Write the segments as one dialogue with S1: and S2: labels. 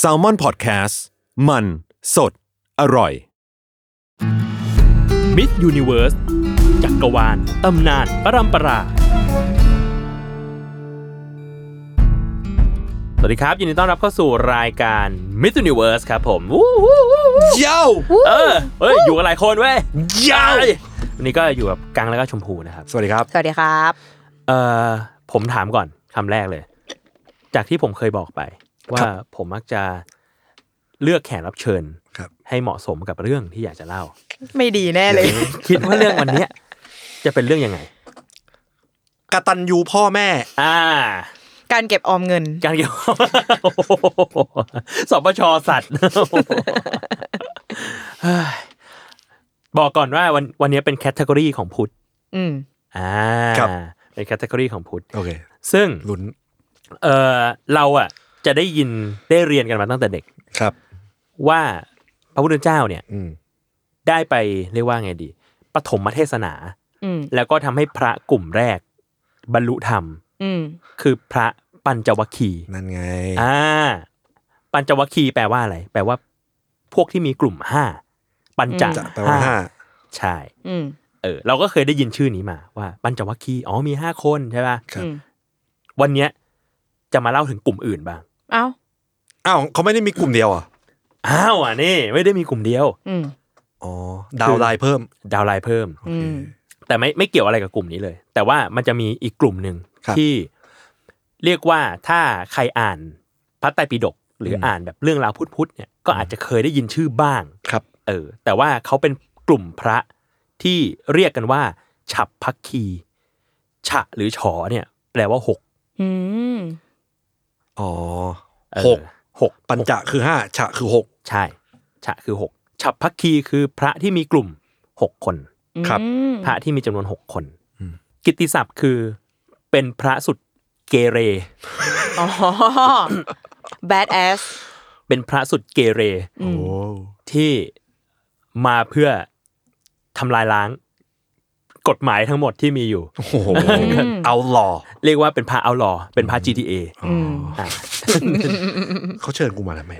S1: s a l ม o n PODCAST มันสดอร่อย
S2: มิสยูนิเวิร์สจักรวาล ตำนาน ประรำปรา สวัสดีครับ ยินดีต้อนรับเข้าสู่รายการมิสยูนิเวิร์สครับผมวู้วู้วู้วู้
S1: เย้า
S2: เออเฮ้ย อยู่กันหลายคนเว้ยยาววันนี้ก็อยู่กับกังแล้วก็ชมพูนะครับ
S1: สวัสดีครับ
S3: สวัสดีครับ
S2: เอ่อผมถามก่อนคำแรกเลย จากที่ผมเคยบอกไป ว่าผมมักจะเลือกแขกรับเชิญ
S1: ครับ
S2: ให้เหมาะสมกับเรื่องที่อยากจะเล่า
S3: ไม่ดีแน่เลย
S2: คิดว่าเรื่องวันเนี้ยจะเป็นเรื่องยังไง
S1: กตันยูพ่อแม่
S2: อ่า
S3: การเก็บออมเงิน
S2: การเกี่ยว โอ้โหสปชสัตว์ เฮ้ยบอกก่อนว่าวันวันนี้เป็นแคตตากรีของพุทธ
S3: อืม
S2: อ่า
S1: ครับ
S2: เป็นแคตตากรีของพุทธ
S1: โอเค
S2: ซึ่ง
S1: ลุ้น
S2: เออเราอ่ะ จะได้ยินได้เรียนกันมาตั้งแต่เด็ก
S1: ครับ
S2: ว่าพระพุทธเจ้าเนี่ย
S1: อืม
S2: ได้ไปเรียกว่าไงดีปฐมเทศนา
S3: อืม
S2: แล้วก็ทำให้พระกลุ่มแรก บรรลุธรรม
S3: อืม
S2: คือพระปัญจวัคคีย์
S1: นั่นไง
S2: อ่า ปัญจวัคคีย์แปลว่าอะไร แปลว่า พวกที่มีกลุ่มห้าปัญจ
S3: อืม
S1: จะแปลว่าห้า
S2: ใช่
S3: อืม
S2: เออเราก็เคยได้ยินชื่อนี้มาว่าปัญจวัคคีย์อ๋อมีห้าคนใช่ป่ะ
S1: ครับ
S3: อืม
S2: วันเนี้ยจะมาเล่าถึงกลุ่มอื่นบ้าง
S3: เอ้า
S1: อ้าวเขาไม่ได้มีกลุ่มเดียวเหรอ่ะ
S2: อ้าวอ่ะนี่ไม่ได้มีกลุ่มเดียว
S3: อืม
S1: อ๋อ ดาวน์ไลน์เพิ่ม
S2: ดาวน์ไลน์เพิ่ม
S3: อืม
S2: แต่ไม่ไม่เกี่ยวอะไรกับกลุ่มนี้เลย แต่ว่ามันจะมีอีกกลุ่มหนึ่ง
S1: ครับ
S2: ที่เรียกว่าถ้าใครอ่านพระไตรปิฎกหรืออ
S1: ม
S2: อ่านแบบเรื่องราวพุทธๆเนี่ยก็อาจจะเคยได้ยินชื่อบ้าง
S1: ครับ
S2: เออ แต่ว่าเขาเป็นกลุ่มพระที่เรียกกันว่า ฉับพักคีฉะหรือฉอเนี่ย แปลว่าหก
S3: อืม
S1: อ๋อ
S2: เออ
S1: หก
S2: หก
S1: ปัญจะคือห้าฉะคือหก
S2: ใช่ ฉะคือหกฉับพักคีคือพระที่มีกลุ่มหกคน
S1: ครับ
S2: พระที่มีจำนวนหกคน
S1: อืม
S2: กิตติศัพท์คือเป็นพระสุดเกเร
S3: อ๋อ bad ass
S2: เป็นพระสุดเกเร
S3: อืม
S1: โอ้
S2: ที่มาเพื่อทำลายล้าง กฎหมายทั้งหมดที่มีอยู่
S1: โหเอาหล่อ
S2: เรียกว่าเป็นพระเอาลอเป็นพระ GTA
S3: อืม
S2: อ่ะ
S1: เขาเชิญกูมาทำไม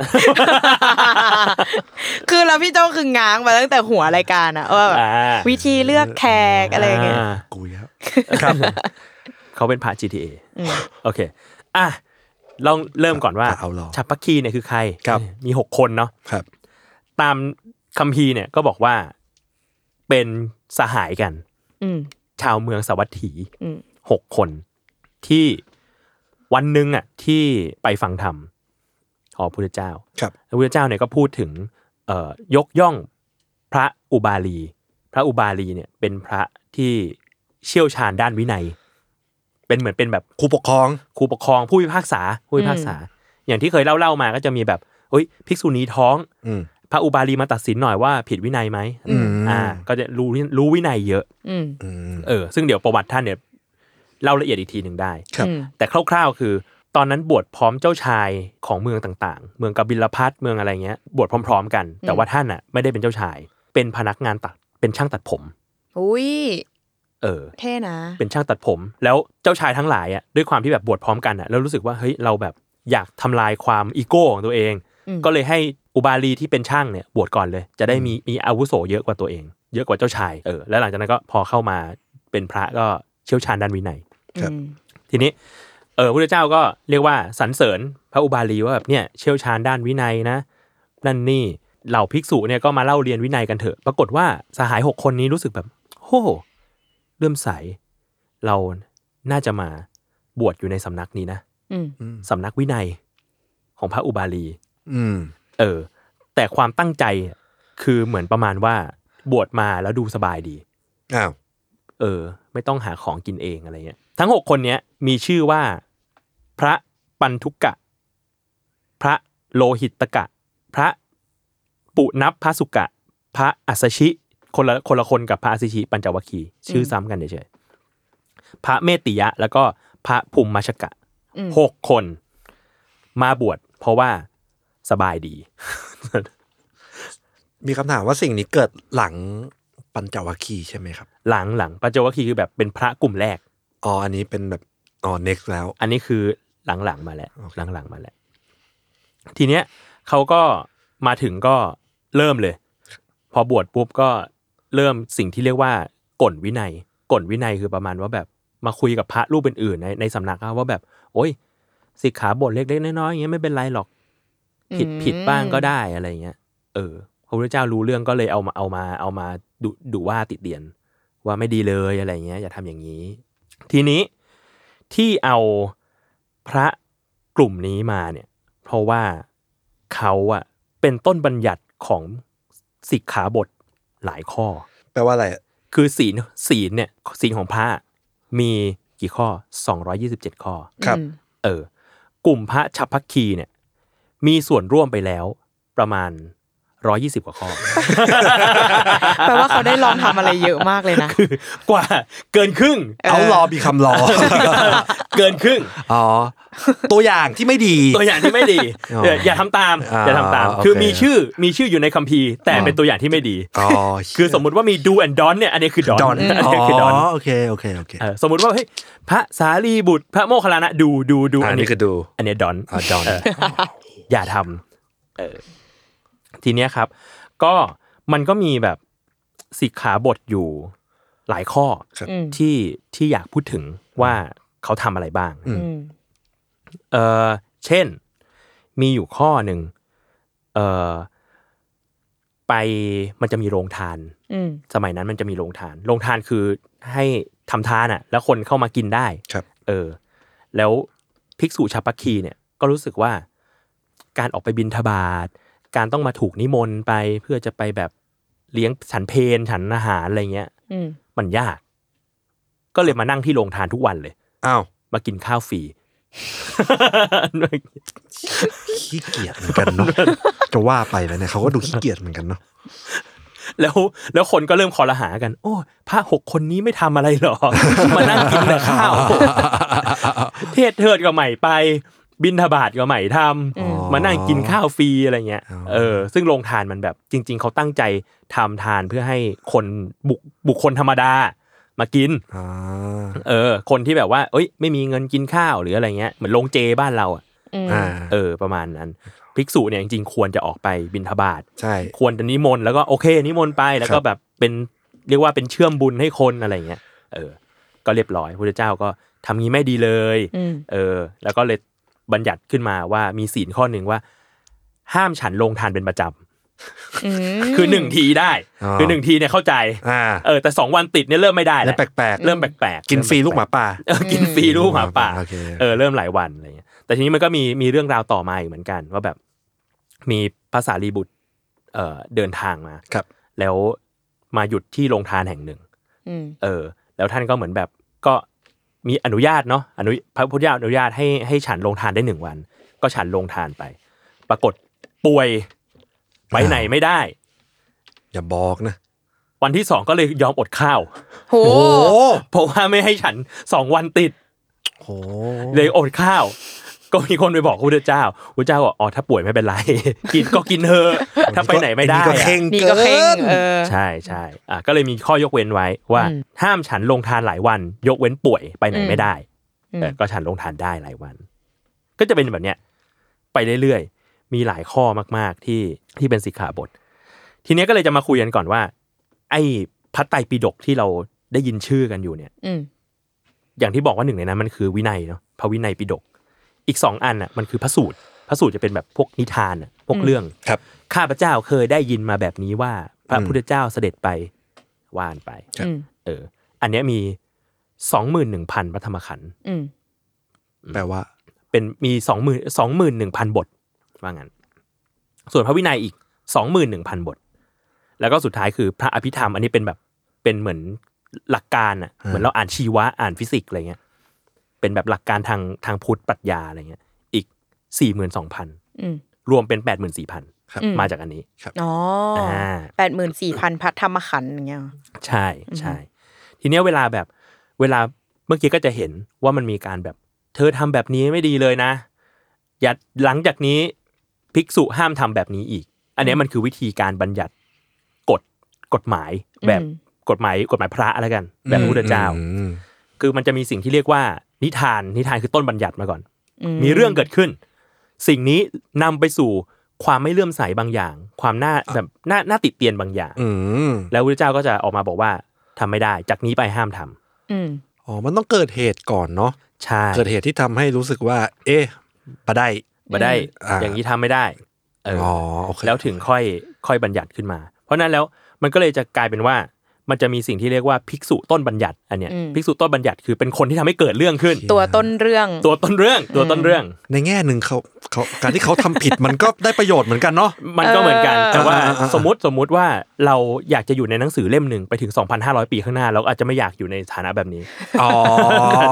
S3: คือเราพี่โจคือง้างมาตั้งแต่หัวรายการอะว่าแบบ
S2: อ่า
S3: วิธีเลือกแขกอะไรอย่างเงี้ย
S2: อ่า
S1: กูแล้วครับ
S2: เขาเป็นพระ GTA
S3: อืม
S2: โอเค อ่ะลองเริ่มก่อนว่า
S1: เอาหล่อ
S2: ชัปปักคีเนี่ยคือใคร
S1: ครับ
S2: มีหกคนเนาะ
S1: ครับ
S2: ตามคัมภีร์เนี่ยก็บอกว่าเป็นสหายกัน
S3: อืม
S2: ชาวเมืองสวัสถี
S3: อืม
S2: หกคนที่วันหนึ่งอ่ะที่ไปฟังธรรมของพระพุทธเจ้า
S1: ครับ
S2: พระพุทธเจ้าเนี่ยก็พูดถึงเอ่อยกย่องพระอุบาลี พระอุบาลีเนี่ยเป็นพระที่เชี่ยวชาญด้านวินัย เป็นเหมือนเป็นแบบ
S1: ครูปกครอง
S2: ครูปกครองผู้พิพากษาผู้พิพากษา อย่างที่เคยเล่าๆมาก็จะมีแบบเฮ้ยภิกษุณีท้อง
S1: อืม
S2: พระอุบาลีมาตัดสินหน่อยว่าผิดวินัยไหม
S1: อืม
S2: ก็จะรู้รู้วินัยเยอะ
S3: อืม
S1: อืม
S2: เออซึ่งเดี๋ยวประวัติท่านเนี่ยเล่าละเอียดอีกทีหนึ่งได้
S1: ครับ
S3: อืม
S2: แต่คร่าวๆ คือ ตอนนั้นบวชพร้อมเจ้าชายของเมืองต่างๆ เมืองกบิลพัทเมืองอะไรเงี้ย บวชพร้อม ๆ กัน แต่ว่าท่านอ่ะไม่ได้เป็นเจ้าชาย เป็นพนักงานตัดเป็นช่างตัดผม
S3: อุ้ย
S2: เออ
S3: เท่นะ
S2: เป็นช่างตัดผม แล้วเจ้าชายทั้งหลายอ่ะด้วยความที่แบบบวชพร้อมกันอ่ะแล้วรู้สึกว่าเฮ้ยเราแบบอยากทำลายความอีโก้ของตัวเอง
S3: อืม
S2: ก็เลยให้อุบาลีที่เป็นช่างเนี่ยบวชก่อนเลย จะได้มีมีอาวุโสเยอะกว่าตัวเอง เยอะกว่าเจ้าชายเออแล้วหลังจากนั้นก็พอเข้ามาเป็นพระก็เชี่ยวชาญด้านวินัย
S1: ครับ
S3: อืม
S2: ทีนี้ เออพระเจ้าก็เรียกว่าสรรเสริญพระอุบาลีว่าแบบเนี่ยเชี่ยวชาญด้านวินัยนะ นั่นนี่เหล่าภิกษุเนี่ยก็มาเล่าเรียนวินัยกันเถอะ ปรากฏว่าสหายหกคนนี้รู้สึกแบบโอ้เริ่อมใส เราน่าจะมาบวชอยู่ในสำนักนี้นะ
S3: อืม
S2: สำนักวินัยของพระอุบาลี
S1: อืม
S2: เออ แต่ความตั้งใจคือเหมือนประมาณว่าบวชมาแล้วดูสบายดี
S1: อ้าว
S2: เออ ไม่ต้องหาของกินเองอะไรเงี้ยทั้งหกคนเนี้ยมีชื่อว่าพระปันทุกกะ พระโลหิตกะ พระปุนับพระสุกะ พระอัสสชิ คนละคนละคนกับพระอัสสชิปัญจวัคคีย์ชื่อซ้ำกันเฉยๆพระเมติยะ แล้วก็พระภูมิมชกะ
S3: อืม
S2: หกคนมาบวชเพราะว่าสบายดี
S1: มีคำถามว่าสิ่งนี้เกิดหลังปัญจวัคคีย์ใช่ไหมครับ
S2: หลังหลังปัญจวัคคีย์คือแบบเป็นพระกลุ่มแรก
S1: อ๋อ อันนี้เป็นแบบ อ๋อ next แล้ว
S2: อันนี้คือหลังๆมาแล้ว
S1: โอเค
S2: หลังๆมาแล้ว ทีเนี้ยเขาก็มาถึงก็เริ่มเลย พอบวชปุ๊บก็เริ่มสิ่งที่เรียกว่ากฎวินัยกฎวินัยคือประมาณว่าแบบมาคุยกับพระรูปอื่นๆในในสำนักอะว่าแบบ โอ้ยสิกขาบทเล็กๆน้อยๆอย่างเงี้ยไม่เป็นไรหรอก ผิด
S3: อืม
S2: ผิดบ้างก็ได้อะไรเงี้ย เออ พระพุทธเจ้ารู้เรื่องก็เลยเอามาเอามาเอามาดุดุว่าติดเตียน ว่าไม่ดีเลยอะไรเงี้ย อย่าทำอย่างนี้ ทีนี้ที่เอาพระกลุ่มนี้มาเนี่ย เพราะว่าเขาอะเป็นต้นบัญญัติของสิกขาบทหลายข้อ
S1: แปลว่าอะไร
S2: คือศีลศีลเนี่ยศีลของพระมีกี่ข้อ 227 ข้อ
S1: ครับ
S3: อืม
S2: เออกลุ่มพระชัพพัคคีเนี่ย มีส่วนร่วมไปแล้วประมาณร้อยี่สิบกว่าข้อ
S3: แปลว่าเขาได้ลองทำอะไรเยอะมากเลยนะ
S2: กว่าเกินครึ่ง
S1: เอารอมีคำรอ
S2: เกินครึ่ง
S1: อ๋อ ตัวอย่างที่ไม่ดี
S2: ตัวอย่างที่ไม่ดี
S1: อ๋อ
S2: เอออย่าทำตาม
S1: อ่า
S2: อย่าทำตาม
S1: โอเค
S2: คือมีชื่อมีชื่ออยู่ในคัมภีร์ แต่
S1: อ๋อ
S2: เป็นตัวอย่างที่ไม่ดี
S1: อ๋อ
S2: คือสมมุติว่ามี do and don เนี่ยอันนี้คือ
S1: ดอน
S2: don อัน
S1: อ๋
S2: นี้คือ don
S1: อโอเคโอเคโอเค
S2: เออสมมุติว่าเฮ้ยพระสารีบุตร พระโมคคัลลานะดูดูดู
S1: อั
S2: อั
S1: น
S2: น
S1: นี้
S2: นี้
S1: ก็ดู
S2: อันนี้ don
S1: อ๋อดอน
S2: เออ อย่าทำเออทีเนี้ยครับ ก็มันก็มีแบบสิกขาบทอยู่หลายข้อ
S1: ครับ
S3: อืม
S2: ที่ที่อยากพูดถึงว่าเขาทำอะไรบ้าง
S1: อืม
S3: อืม
S2: เออเช่น มีอยู่ข้อหนึ่งเออไปมันจะมีโรงทาน
S3: อืม
S2: สมัยนั้นมันจะมีโรงทาน โรงทานคือให้ทำทานอ่ะ แล้วคนเข้ามากินได้
S1: ครับ
S2: เออ แล้วภิกษุชาวปักคีเนี่ยก็รู้สึกว่าการออกไปบินทบาทการต้องมาถูกนิมนต์ไปเพื่อจะไปแบบเลี้ยงฉันเพนฉันอาหารอะไรเงี้ย
S3: อืม
S2: มันยาก ก็เลยมานั่งที่โรงทานทุกวันเลย
S1: อ้าว
S2: มากินข้าวฟรี
S1: ขี้เกียจเหมือนกัน เนาะจะว่าไปแล้วเนี่ยเขาก็ดูขี้เกียจเหมือนกันเนาะ
S2: แล้วแล้วคนก็เริ่มคอรหากัน โอ้ยพระหกคนนี้ไม่ทำอะไรหรอ มานั่งกิน แต่ข้าว เทศเทิดก็ใหม่ไป บินทบาทก็ใหม่ทำ
S3: อื
S1: อ๋อ
S2: มานั่งกินข้าวฟรีอะไรเงี้ย
S1: อ๋อ
S2: เออซึ่งโรงทานมันแบบจริง ๆ เขาตั้งใจทำทานเพื่อให้คนบุคบุคคลธรรมดามากิน
S1: อ่า
S2: เออ คนที่แบบว่า เอ้ย ไม่มีเงินกินข้าวหรืออะไรเงี้ยเหมือนโรงเจบ้านเราอะ
S3: อืม
S1: อ่า
S2: เออประมาณ นั้น ภิกษุเนี่ยจริงๆควรจะออกไปบินทบาท
S1: ใช่
S2: ควรจะนิมนต์แล้วก็โอเคนิมนต์ไปแล้ว
S1: ค
S2: ก็
S1: รับ
S2: แบบเป็นเรียกว่าเป็นเชื่อมบุญให้คนอะไรเงี้ยเออ ก็เรียบร้อยพระเจ้าก็ทำงี้ไม่ดีเลย
S3: อืม
S2: เออ แล้วก็เลยบัญญัติขึ้นมาว่ามีศีลข้อหนึ่งว่า ห้ามฉันลงทานเป็นประจ
S3: อืม
S2: ำคือหนึ่งทีได้
S1: อ๋อ
S2: คือหนึ่งทีเนี่ยเข้าใจ
S1: อ่า
S2: เออแต่สองวันติดเนี่ยเริ่มไม่ได้
S1: แล้ว
S2: แล้ว
S1: แปลก
S2: เริ่มแปลก
S1: ๆ กินฟรีลูกหมาป่า
S2: เออกินฟรีลูกหมาป่า
S1: โอเค
S2: เออเริ่มหลายวันอะไรเงี้ยแต่ทีนี้มันก็มีมีเรื่องราวต่อมาอีกเหมือนกัน ว่าแบบมีภาษารีบุตรเอ่อเดินทางมา
S1: ครับ
S2: แล้วมาหยุดที่โรงทานแห่งหนึ่ง
S3: อืม
S2: เออ แล้วท่านก็เหมือนแบบก็มีอนุญาตเนาะอนุพระพุทธเจ้าอนุญาตให้ให้ฉันโรงทานได้หนึ่งวัน ก็ฉันโรงทานไป ปรากฏป่วยไปไหนไม่ได้
S1: อย่าบอกนะ
S2: วันที่สองก็เลยยอมอดข้าว
S3: โห
S1: โอ้โห
S2: เพราะว่าไม่ให้ฉันสองวันติด
S1: โอ้โห
S2: เลยอดข้าว ก็มีคนไปบอกพระพุทธเจ้าพระพุทธเจ้าบอกอ๋อถ้าป่วยไม่เป็นไร กินก็กินเถอะถ้าไปไหนไม่ได้
S1: อ้ก็
S2: อะ
S1: เข่ง
S3: นี่
S1: เกิ
S3: ก็เพ่ง
S1: น
S3: เออ
S2: ใช่ใช่อ่ะก็เลยมีข้อยกเว้นไว้ว่า
S3: อืม
S2: ห้ามฉันลงทานหลายวัน ยกเว้นป่วยไปไหน
S3: อืม
S2: ไม่ได้
S3: อืม
S2: แต่ก็ฉันลงทานได้หลายวัน ก็จะเป็นแบบเนี้ยไปเรื่อยๆ มีหลายข้อมากๆที่ที่เป็นสิกขาบท ทีเนี้ยก็เลยจะมาคุยกันก่อนว่า ไอ้พัตไตรปิฎกที่เราได้ยินชื่อกันอยู่เนี่ย
S3: อืม
S2: อย่างที่บอกว่าหนึ่งในนั้นมันคือวินัยเนาะพระวินัยปิฎกอีกสองอันน่ะมันคือพระสูตรพระสูตรจะเป็นแบบพวกนิทานน่ะพวกเรื่อง
S1: ครับ
S2: ข้าพเจ้าเคยได้ยินมาแบบนี้ว่าพระ
S1: อืม
S2: พุทธเจ้าเสด็จไปว่านไป
S1: ครับ
S3: อืม
S2: เออ อันเนี้ยมีสองหมื่นหนึ่งพันพระธรรมขันธ์
S3: อืม
S1: แปลว่า
S2: เป็นมีสองหมื่นสองหมื่นหนึ่งพันบทว่างั้น ส่วนพระวินัยอีกสองหมื่นหนึ่งพันบท แล้วก็สุดท้ายคือพระอภิธรรม อันนี้เป็นแบบเป็นเหมือนหลักการอ่ะเหมือนเราอ่านชีวะอ่านฟิสิกส์อะไรเงี้ย เป็นแบบหลักการทางทางพุทธปรัชญาอะไรเงี้ย อีกสี่หมื่นสองพัน
S3: อืม
S2: รวมเป็นแปดหมื่นสี่พัน
S1: ครับ
S2: มาจากอันนี้
S3: อ๋อ
S2: อ่า
S3: แปดหมื่นสี่พันพัทธรรมขันธ์อย่างเงี้ยเหรอ
S2: ใช่ใช่ ทีเนี้ยเวลาแบบเวลาเมื่อกี้ก็จะเห็นว่ามันมีการแบบ เธอทำแบบนี้ไม่ดีเลยนะ อย่าหลังจากนี้ภิกษุห้ามทำแบบนี้อีก อันเนี้ยมันคือวิธีการบัญญัติกฎกฎหมายแบบ
S3: อืม
S2: กฎหมายกฎหมายพระอะไรกัน แบบพระพุทธเจ้า
S1: อืม
S2: คือมันจะมีสิ่งที่เรียกว่านิทานนิทานคือต้นบัญญัติมาก่อน
S3: อื
S2: มีเรื่องเกิดขึ้น สิ่งนี้นำไปสู่ความไม่เลื่อมใสบางอย่าง ความน่าแบบน่าน่าติดเตียนบางอย่าง
S1: อืม
S2: แล้วพระเจ้าก็จะออกมาบอกว่าทำไม่ได้จากนี้ไปห้ามทำ
S3: อืม
S1: อ๋อมันต้องเกิดเหตุก่อนเนาะ
S2: ใช่
S1: เกิดเหตุที่ทำให้รู้สึกว่า เอ๊ะประได้
S2: มาได้
S1: อ่า
S2: อย่างนี้ทำไม่ได้เอออ
S1: อ๋อโอเค
S2: แล้วถึงค่อยค่อยบัญญัติขึ้นมา เพราะฉะนั้นแล้วมันก็เลยจะกลายเป็นว่า มันจะมีสิ่งที่เรียกว่าภิกษุต้นบัญญัติอันเนี้ย
S3: อืม
S2: ภิกษุต้นบัญญัติคือเป็นคนที่ทำให้เกิดเรื่องขึ้น
S3: ตัวต้นเรื่อง
S2: ตัวต้นเรื่องตัวต้นเรื่อง
S1: ในแง่หนึ่งเขาเขาการที่เขาทำผิด มันก็ได้ประโยชน์เหมือนกันเนาะ
S2: มันก็เหมือนกัน
S3: เออ
S2: แต่ว่า
S1: อ่าอ่าอ่า
S2: สมมติสมมติว่าเราอยากจะอยู่ในหนังสือเล่มหนึ่งไปถึง 2,500 ปีข้างหน้า เราอาจจะไม่อยากอยู่ในฐานะแบบนี้
S1: อ๋อ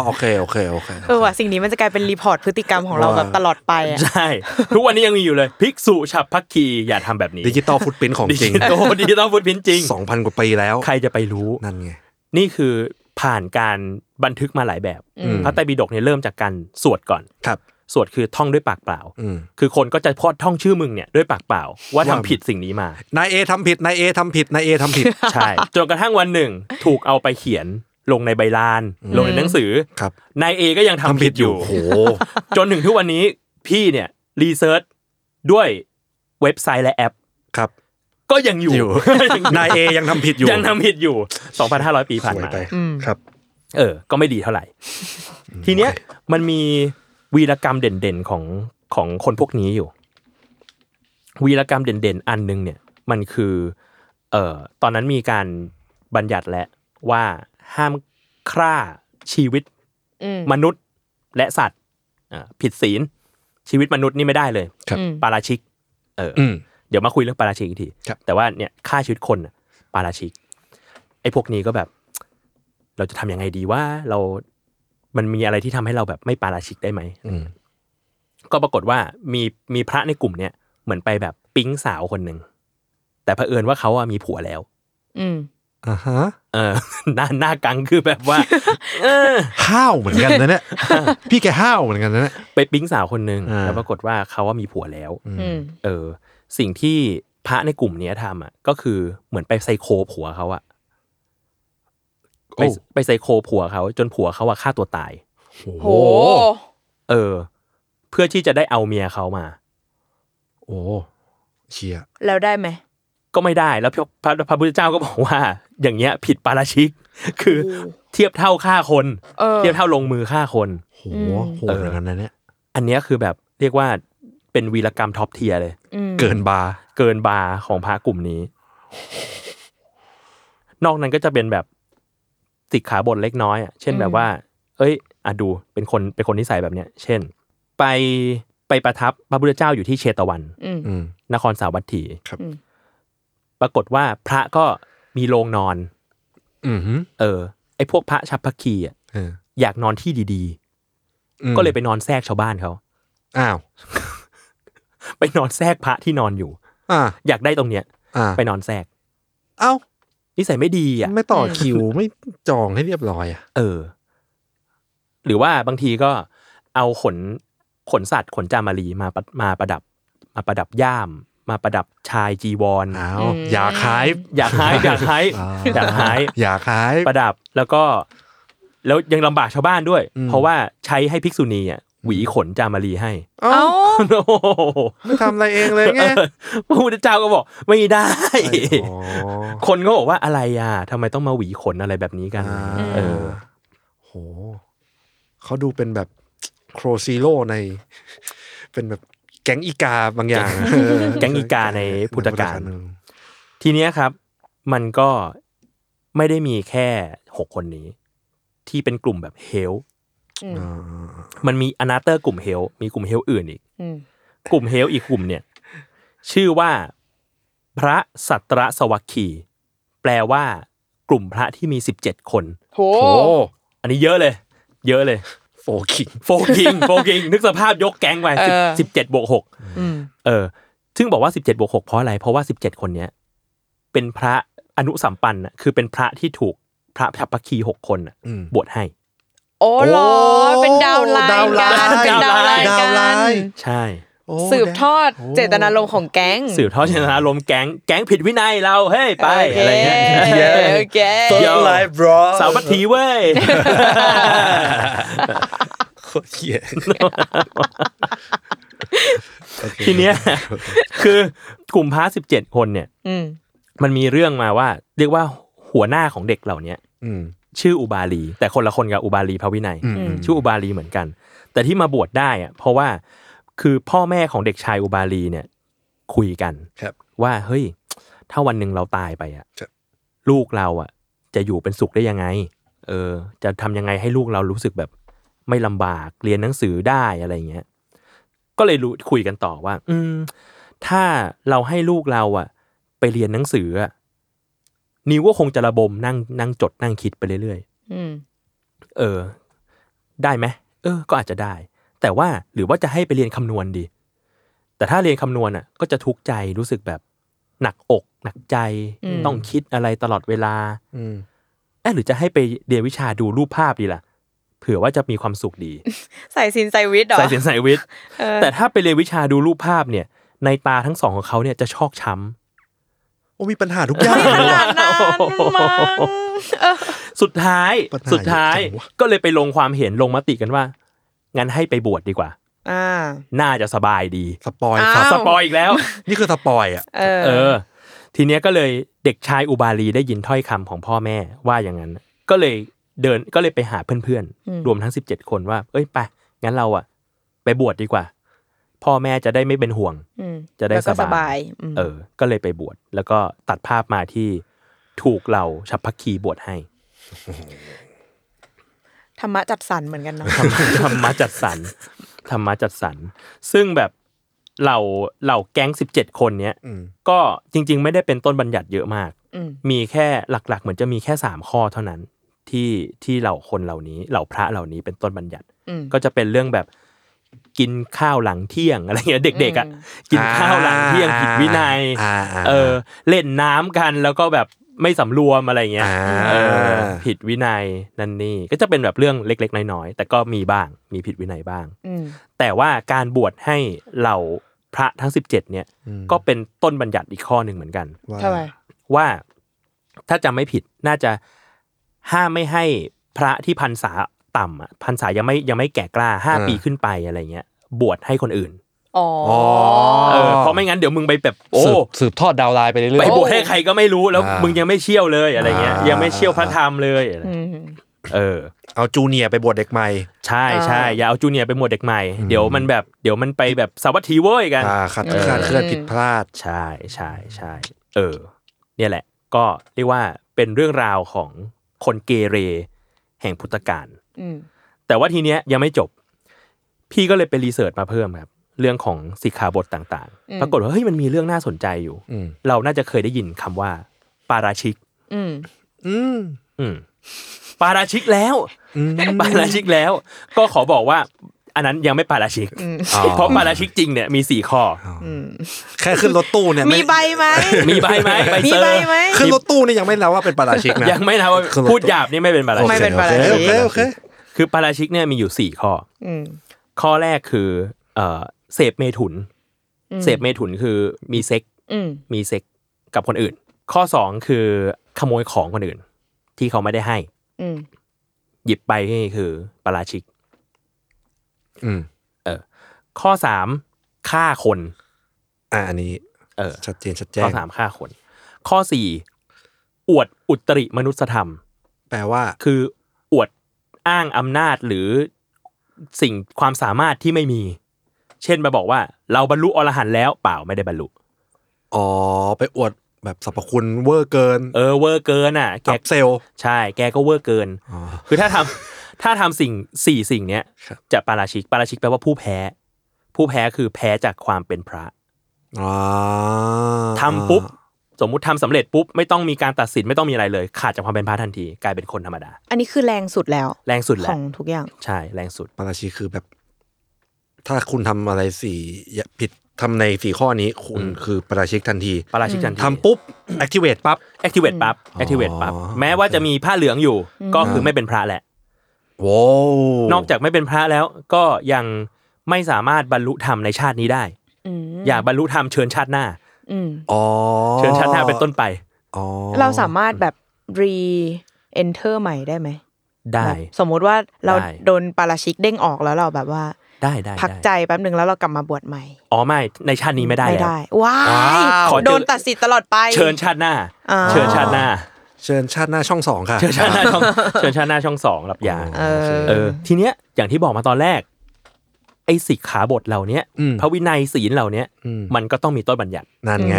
S1: โอเคโอเคโอเค
S3: เออว่ะสิ่งนี้มันจะกลายเป็นรีพอร์ตพฤติกรรมของเรา
S1: ว่า
S3: แบบตลอดไปอ่ะ
S2: ใช่ ทุกวันนี้ยังมีอยู่เลย ภิกษุฉับพักคีอย่าทำแบบนี้
S1: ดิจิตอลฟุตปรินของจริง
S2: โตดิจิตอลฟุตพินจริง
S1: สองพันกว่าปีแล้ว
S2: ใครจะไปรู้
S1: นั่นไง
S2: นี่คือผ่านการบันทึกมาหลายแบบ
S3: อืม
S2: พระไตรปิฎกเนี่ยเริ่มจากการสวดก่อน
S1: ครับ
S2: สวดคือท่องด้วยปากเปล่า
S1: อืม
S2: คือคนก็จะพอดท่องชื่อมึงเนี่ยด้วยปากเปล่า ว่าทำผิดสิ่งนี้มา
S1: นายเอทำผิดนายเอทำผิดนายเอทำผิด
S2: ใช่ จนกระทั่งวันหนึ่ง ถูกเอาไปเขียนลงในใบลาน ลงในหนังสือ
S1: ครับ
S2: นายเอก็ยังทำผิด อยู่
S1: โอ้โห
S2: จนถึงทุกวันนี้พี่เนี่ยรีเสิร์ชด้วยเว็บไซต์และแอป
S1: ครับ
S2: ก็ยังอยู่
S1: อยู่
S2: งอน
S1: ายเอยังทำผิดอยู่
S2: ยังทำผิดอยู่ 2,500 ปีผ่าน
S1: สวย
S2: มา
S1: ไปครับ
S2: เออ ก็ไม่ดีเท่าไหร่ ทีเนี้ยมันมีวีรกรรมเด่นๆของของคนพวกนี้อยู่ วีรกรรมเด่นๆ อันหนึงเนี่ย มันคือ เอ่อ ตอนนั้นมีการบัญญัติและว่าห้ามฆ่าชีวิต
S3: อืม
S2: มนุษย์และสัตว์อ่าผิดศีล ชีวิตมนุษย์นี่ไม่ได้เลย
S1: ครับ
S3: อืม
S2: ปาราชิก เอออ
S1: อืม
S2: เดี๋ยวมาคุยเรื่องปาราชิกอีกที
S1: ครับ
S2: แต่ว่าเนี่ยค่าชีวิตคนน่ะปาราชิก ไอ้พวกนี้ก็แบบ เราจะทำยังไงดีว่าเรา มันมีอะไรที่ทำให้เราแบบไม่ปาราชิกได้ไหม
S1: อืม
S2: ก็ปรากฏว่ามีมีพระในกลุ่มเนี่ยเหมือนไปแบบปิ๊งสาวคนหนึ่ง แต่เผอิญว่าเขาอะมีผัวแล้ว
S3: อืม
S1: อ่าฮะ
S2: เออ หน้าหน้ากังคือแบบว่า เออ
S1: ห้าวเหมือนกัน นะเนี่ย พี่แกห้าวเหมือนกันนะเนี่ย
S2: ไปปิ๊งสาวคนหนึ่ง
S1: อ่า
S2: แล้วปรากฏว่าเขาว่ามีผัวแล้ว
S1: อืม
S3: อืม
S2: เออ สิ่งที่พระในกลุ่มเนี้ยทำอ่ะ ก็คือเหมือนไปไซโคผัวเขาอ่ะ ไป
S1: โอ้
S2: ไปไซโคผัวเขาจนผัวเขาอะฆ่าตัวตาย
S1: โห
S3: โห
S2: เออ เพื่อที่จะได้เอาเมียเขามา
S1: โอ้เชีย
S3: แล้วได้ไหม
S2: ก็ไม่ได้แล้วพระพระพระพุทธเจ้าก็บอกว่า อย่างเงี้ย ผิดปาราชิก คือ
S3: โอ้
S2: เทียบเท่าฆ่าคน
S3: เออ
S2: เทียบเท่าลงมือฆ่าคน
S1: โห
S3: อืม
S1: โหดเหมือนกันนะเนี่ย
S2: อันเนี้ยคือแบบเรียกว่าเป็นวีรกรรมท็อปเทียเลย
S3: อืม
S1: เกินบาร์
S2: เกินบาร์ของพระกลุ่มนี้ นอกนั้นก็จะเป็นแบบสิกขาบทเล็กน้อยอะเช่นแบบว่า เอ้ยอ่ะดูเป็นคนเป็นคนนิสัยแบบเนี้ย เช่น ไปไปประทับพระพุทธเจ้าอยู่ที่เชตวัน
S3: อืม
S1: อืม
S2: นครสาวัตถี
S1: ครับ
S3: อืม
S2: ปรากฏว่าพระก็มีโรงนอน
S1: อืมฮึ
S2: เออ ไอพวกพระชัพพคีอะ
S1: เออ
S2: อยากนอนที่ดี
S1: อืม
S2: ๆ ก็เลยไปนอนแทรกชาวบ้านเขา
S1: อ้าว
S2: ไปนอนแทรกพระที่นอนอยู่
S1: อ่า
S2: อยากได้ตรงเนี้ย
S1: อ่า
S2: ไปนอนแทรก
S1: เอ้า
S2: นิสัยไม่ดีอ่ะ
S1: ไม่ต่อคิวไม่จองให้เรียบร้อยอ่ะ
S2: เออ หรือว่าบางทีก็เอาขนขนสัตว์ขนจามารีมาประมาประดับ มาประดับย่าม มาประดับชายจีวร
S1: อ้าว
S3: อืม
S1: อย่าขาย
S2: อยากหายอยากหาย
S1: อ่า
S2: อยากหาย
S1: อย่าขาย
S2: ประดับแล้วก็แล้วยังลำบากชาวบ้านด้วย
S1: อืม
S2: เพราะว่าใช้ให้ภิกษุณีอ่ะหวีขนจามารีให้
S1: เอ้า
S3: เอ้า
S2: โอ้โห
S1: ไม่ทำอะไรเองเลยไง
S2: พระพุทธเจ้าก็บอกไม่ได้
S1: อ๋อ
S2: คนก็บอกว่าอะไรอ่ะทำไมต้องมาหวีขนอะไรแบบนี้กัน
S1: อ่า
S2: เออ
S1: โหเขาดูเป็นแบบ โครซีโร่ใน เป็นแบบแก๊งอีกาบางอย่างเออ
S2: แก๊งอีกาในพุทธกาล
S1: ในพุทธ
S2: ทีเนี้ยครับ มันก็ไม่ได้มีแค่หกคนนี้ ที่เป็นกลุ่มแบบเฮล
S3: อืม
S1: อ่า
S2: มันมีอนาเตอร์กลุ่มเฮล มีกลุ่มเฮลอื่นอีก
S3: อืม
S2: กลุ่มเฮลอีกกลุ่มเนี่ย ชื่อว่าพระสัตรสวัคคี แปลว่ากลุ่มพระที่มีสิบเจ็ดคน
S3: โห
S1: โอ้
S2: อันนี้เยอะเลย เยอะเลย
S1: โฟกิง
S2: โฟกิง โฟกิง นึกสภาพยกแก๊งไป
S3: เออ
S2: สิบเจ็ดบวกหก
S3: อืม
S2: เออ ซึ่งบอกว่าสิบเจ็ดบวกหกเพราะอะไร เพราะว่าสิบเจ็ดคนเนี้ยเป็นพระอนุสัมปันน่ะคือเป็นพระที่ถูกพระชัพพคีหกคนน่ะ
S1: อืม
S2: บวชให้
S3: โอ้เหรอเป็นดาวไลน์
S1: ดาวไลน์
S3: กันเป็นดาวไลน์
S1: ดาวไล
S3: กั
S1: น์
S3: น
S2: ใช่
S1: โอ้
S3: สืบทอด
S1: โ
S3: เจตนารมณ์ของแก๊ง
S2: สืบทอดเจตนารมณ์แก๊ง แก๊งผิดวินัยเรา เฮ้ย ไป
S3: โอเค
S2: อะไรเงี้ ย
S3: โอเค
S1: เฟิร์สไลฟ์บรอ
S2: สาว บัตทีเว้ย
S1: โคตรเขีย โอเค
S2: ทีเนี้ย คือกลุ่มพระสิบเจ็ดคนเนี่ย
S3: อืม
S2: มันมีเรื่องมาว่า เรียกว่าหัวหน้าของเด็กเหล่าเนี้ย
S1: อืม
S2: ชื่ออุบาลี แต่คนละคนกับอุบาลีพระวินัย
S1: อืม
S3: อืม
S2: ชื่ออุบาลีเหมือนกัน แต่ที่มาบวชได้อะเพราะว่าคือพ่อแม่ของเด็กชายอุบาลีเนี่ย คุยกัน
S1: ครับ
S2: ว่าเฮ้ย ถ้าวันหนึ่งเราตายไปอะ
S1: ครับ
S2: ลูกเราอะจะอยู่เป็นสุขได้ยังไง เออ จะทำยังไงให้ลูกเรารู้สึกแบบไม่ลำบากเรียนหนังสือได้อะไรเงี้ยก็เลยรู้คุยกันต่อว่า อืม ถ้าเราให้ลูกเราอะไปเรียนหนังสืออะนิวก็คงจะระบมนั่งนั่งจดนั่งคิดไปเรื่อยๆ
S3: อืม
S2: เออ ได้ไหมเออ ก็อาจจะได้ แต่ว่าหรือว่าจะให้ไปเรียนคำนวณดี แต่ถ้าเรียนคำนวณอ่ะ ก็จะทุกข์ใจรู้สึกแบบ หนักอก หนักใจ
S3: อืม
S2: ต้องคิดอะไรตลอดเวลา
S1: อืม
S2: เอะหรือจะให้ไปเรียนวิชาดูรูปภาพดีล่ะ เผื่อว่าจะมีความสุขดี
S3: ใส่สินใส่วิทย์เหรอ
S2: สายเสียนสายวิทย์
S3: เออ
S2: แต่ถ้าไปเรียนวิชาดูรูปภาพเนี่ย ในตาทั้งสองของเขาเนี่ยจะชอกช้ำ
S1: โอ้มีปัญหาทุ กอย่าง
S3: ขนาดนั้นมั้งเออ
S2: สุดท้าย
S1: ปัญหา
S2: สุดท้าย
S1: เยอะจังวะ
S2: ก็เลยไปลงความเห็นลงมติกันว่า งั้นให้ไปบวชดีกว่า
S3: อ่า
S2: น่าจะสบายดี
S1: สปอย
S3: อ้าว
S1: ครับ
S2: สปอยอีกแล้ว
S1: นี่คือสปอยอ่ะ
S3: เออ
S2: เออ ทีเนี้ยก็เลยเด็กชายอุบาลีได้ยินถ้อยคำของพ่อแม่ว่าอย่างนั้น ก็เลยเดินก็เลยไปหาเพื่อนๆ รวมทั้งสิบเจ็ดคนว่า เอ้ยไปงั้นเราอะไปบวชดีกว่า พ่อแม่จะได้ไม่เป็นห่วง
S3: ม
S2: จะได้
S3: แล้วก็
S2: ส
S3: ส
S2: บา
S3: บาย ยอืม
S2: เออ ก็เลยไปบวชแล้วก็ตัดภาพมาที่ถูกเราชัพพคีบวชให้
S3: ธรรมะจัดสรรเหมือนกันเนาะ
S2: ธรรมะ ธรรมะจัดสรรธรรมะจัดสรรซึ่งแบบเหล่าเหล่าแก๊งสิบเจ็ดคนเนี้ย
S1: อืม
S2: ก็จริง ๆ ไม่ได้เป็นต้นบัญญัติเยอะมาก
S3: อืม
S2: มีแค่หลักๆ เหมือนจะมีแค่ 3 ข้อเท่านั้นที่ที่เหล่าคนเหล่านี้เหล่าพระเหล่านี้เป็นต้นบัญญัติ
S3: อืม
S2: ก็จะเป็นเรื่องแบบกินข้าวหลังเที่ยงอะไรเงี้ยเด็กๆอ่ะกินข้าวหลังเที่ยงผิดวินัย
S1: อ่าา
S2: เออเล่นน้ำกันแล้วก็แบบไม่สำรวมอะไรเงี้ย
S1: อ่า
S2: เออผิดวินัยนั่นนี่ก็จะเป็นแบบเรื่องเล็กๆ น้อยๆแต่ก็มีบ้างมีผิดวินัยบ้าง
S3: อืม
S2: แต่ว่าการบวชให้เหล่าพระทั้ง 17เนี่ยก็เป็นต้นบัญญัติอีกข้อหนึ่งเหมือนกัน
S1: ว่า
S3: เท่าไหร่
S2: ว่าถ้าจำไม่ผิดน่าจะห้ามไม่ให้พระที่พรรษาต่ำอะพรรษายังไม่ยังไม่แก่กล้าห้าปีขึ้นไปอะไรเงี้ย บวชให้คนอื่น
S3: อ๋ออ
S2: เออเพราะไม่งั้นเดี๋ยวมึงไปแบบโอ้
S4: สืบสืบทอดดาวน์ไลน์ไปเรื่
S2: ไป
S4: อย
S2: บวชให้ใครก็ไม่รู้แล้ว
S1: อ่ามึ
S2: มึงยังไม่เชี่ยวเลยอะไรเงี้ย
S1: อ่ายั
S2: ยังไม่เชี่ยวพระธรรมเลยอะไร
S3: อืม
S2: เออ
S1: เอาจูเนียร์ไปบวชเด็กใหม่
S2: ใช่ใช่
S3: อ่า
S2: อย่าเอาจูเนียร์ไปหมวดเด็กใหม่ เดี๋ยวมันแบบเดี๋ยวมันไปแบบสาวัตถีเว้ยกัน
S1: อ่าขัด
S2: เออ
S1: ขาดเคลื่อนผิดพลาด
S2: ใช่ใช่ใช่เออ เนี่ยแหละ ก็เรียกว่าเป็นเรื่องราวของคนเกเร แห่งพุทธกาล
S3: อืม
S2: แต่ว่าทีเนี้ยยังไม่จบ พี่ก็เลยไปรีเสิร์ชมาเพิ่มครับ เรื่องของสิกขาบทต่าง
S3: อื
S2: ๆ
S3: ม
S2: ปรากฏว่าเฮ้ยมันมีเรื่องน่าสนใจอยู่
S1: อืม
S2: เราน่าจะเคยได้ยินคำว่า ปาราชิก
S3: อืม
S1: อืม
S2: อืม ปาราชิกแล้ว
S1: อืม
S2: ปาราชิกแล้ว ก็ขอบอกว่า อันนั้นยังไม่ปาราชิก
S3: อืม
S1: อ๋อ
S2: เพราะปาราชิกจริงเนี่ยมีสี่ข้อ
S3: อืม
S1: แค่ขึ้นรถตู้เนี่ย
S3: มีใบไหม
S2: มีใบไหมใบ
S3: มี
S2: เซอ
S3: ใบ
S2: ร์
S3: ไหม
S1: ขึ้นรถตู้เนี่ยยังไม่แล้วว่าเป็นปาราชิกนะ
S2: ยังไม่นะว่า
S1: คือเรา
S2: พูดหยาบนี่ไม่เป็นปาราชิ
S3: ไม่
S2: ก
S3: เป็นปาราชิก
S1: โอเคโอเค
S2: คือปาราชิกเนี่ยมีอยู่สี่ข้อ
S3: อืม
S2: ข้อแรกคือเอ่อเสพเมถุน เสพเมถุนคือมีเซ็ก
S3: อืม
S2: มีเซ็กกับคนอื่น ข้อสองคือขโมยของคนอื่น ที่เขาไม่ได้ให้
S3: อืม
S2: หยิบไปนี่คือปาราชิก
S1: อืม
S2: ข้อสามฆ่าคน
S1: อ่าอันนี้
S2: เออ
S1: ชัดเจนชัดแจ้
S2: ข้อง สามฆ่าคน ข้อสี่อวดอุตริมนุสธรรม
S1: แปลว่า
S2: คืออวดอ้างอำนาจหรือสิ่งความสามารถที่ไม่มี เช่นมาบอกว่า เราบรรลุอรหันต์แล้วเปล่าไม่ได้บรรลุ
S1: อ๋อ ไปอวดแบบสรรพคุณเวอร์เกิน
S2: เออเวอร์เกินอ่ะแก
S1: อับเซลล
S2: ใช่แกก็เวอร์เกิน
S1: อ๋อ
S2: คือถ้าทำ ถ้าทำ สิ่งสี่สิ่งเนี้ย
S1: ครับ
S2: จะปาราชิกปาราชิกแปลว่าผู้แพ้ ผู้แพ้คือแพ้จากความเป็นพระ
S1: อ๋อ
S2: ทำปุ๊บ สมมุติทำสำเร็จปุ๊บ ไม่ต้องมีการตัดสินไม่ต้องมีอะไรเลย ขาดจากความเป็นพระทันทีกลายเป็นคนธรรมดา
S3: อันนี้คือแรงสุดแล้ว
S2: แรงสุดแห
S3: ข
S2: ละ
S3: องทุกอย่าง
S2: ใช่แรงสุด
S1: ปาราชิกคือแบบ ถ้าคุณทำอะไรสี่อย่างผิดทำในสี่ข้อนี้ คุณคือปาราชิกทันที
S2: ปาราชิกทันที
S1: ทำปุ๊บ activate ปั๊บ
S2: activate ปั๊บ activate ปั๊บแม้ว่าจะมีผ้าเหลืองอยู่ ก็คือไม่เป็นพระแหละ
S1: โว้
S2: นอกจากไม่เป็นพระแล้วก็ยังไม่สามารถบรรลุธรรมในชาตินี้ได้
S3: อืม
S2: อยากบรรลุธรรมเชิญชาติหน้า
S3: อืม
S1: อ๋อ
S2: เชิญชาติหน้าเป็นต้นไป
S1: อ๋อ
S3: เราสามารถแบบ re enter ใหม่ได้ไหม
S2: ได้
S3: แบบสมมุติว่าเรา
S2: ได้
S3: โดนปาราชิกเด้งออกแล้วเราแบบว่า
S2: ได้ได้
S3: พักใจ
S2: ได้
S3: แป๊บหนึ่งแล้วเรากลับมาบวชใหม่
S2: อ๋อไม่ในชาตินี้ไม่ได้
S3: ไม่
S2: แล้ว
S3: ได้ว้า
S2: ว้าวยขอเจอ
S3: โดนตัดสิทธิ์ตลอดไป
S2: เชิญชาติหน้า
S3: อ่า
S2: เชิญชาติหน้า
S1: เชิญชาติหน้าช่องสองค่ะ
S2: เชิญชาติหน้าช่องเชิญชาติหน้าช่องสองรับยา
S3: เออ
S2: เออทีเนี้ยอย่างที่บอกมาตอนแรก ไอ้สิกขาบทเหล่าเนี้ย
S1: อืม
S2: พระวินัยศีลเหล่าเนี้ย
S1: ม
S2: มันก็ต้องมีต้นบัญญัติ
S1: นั่นไง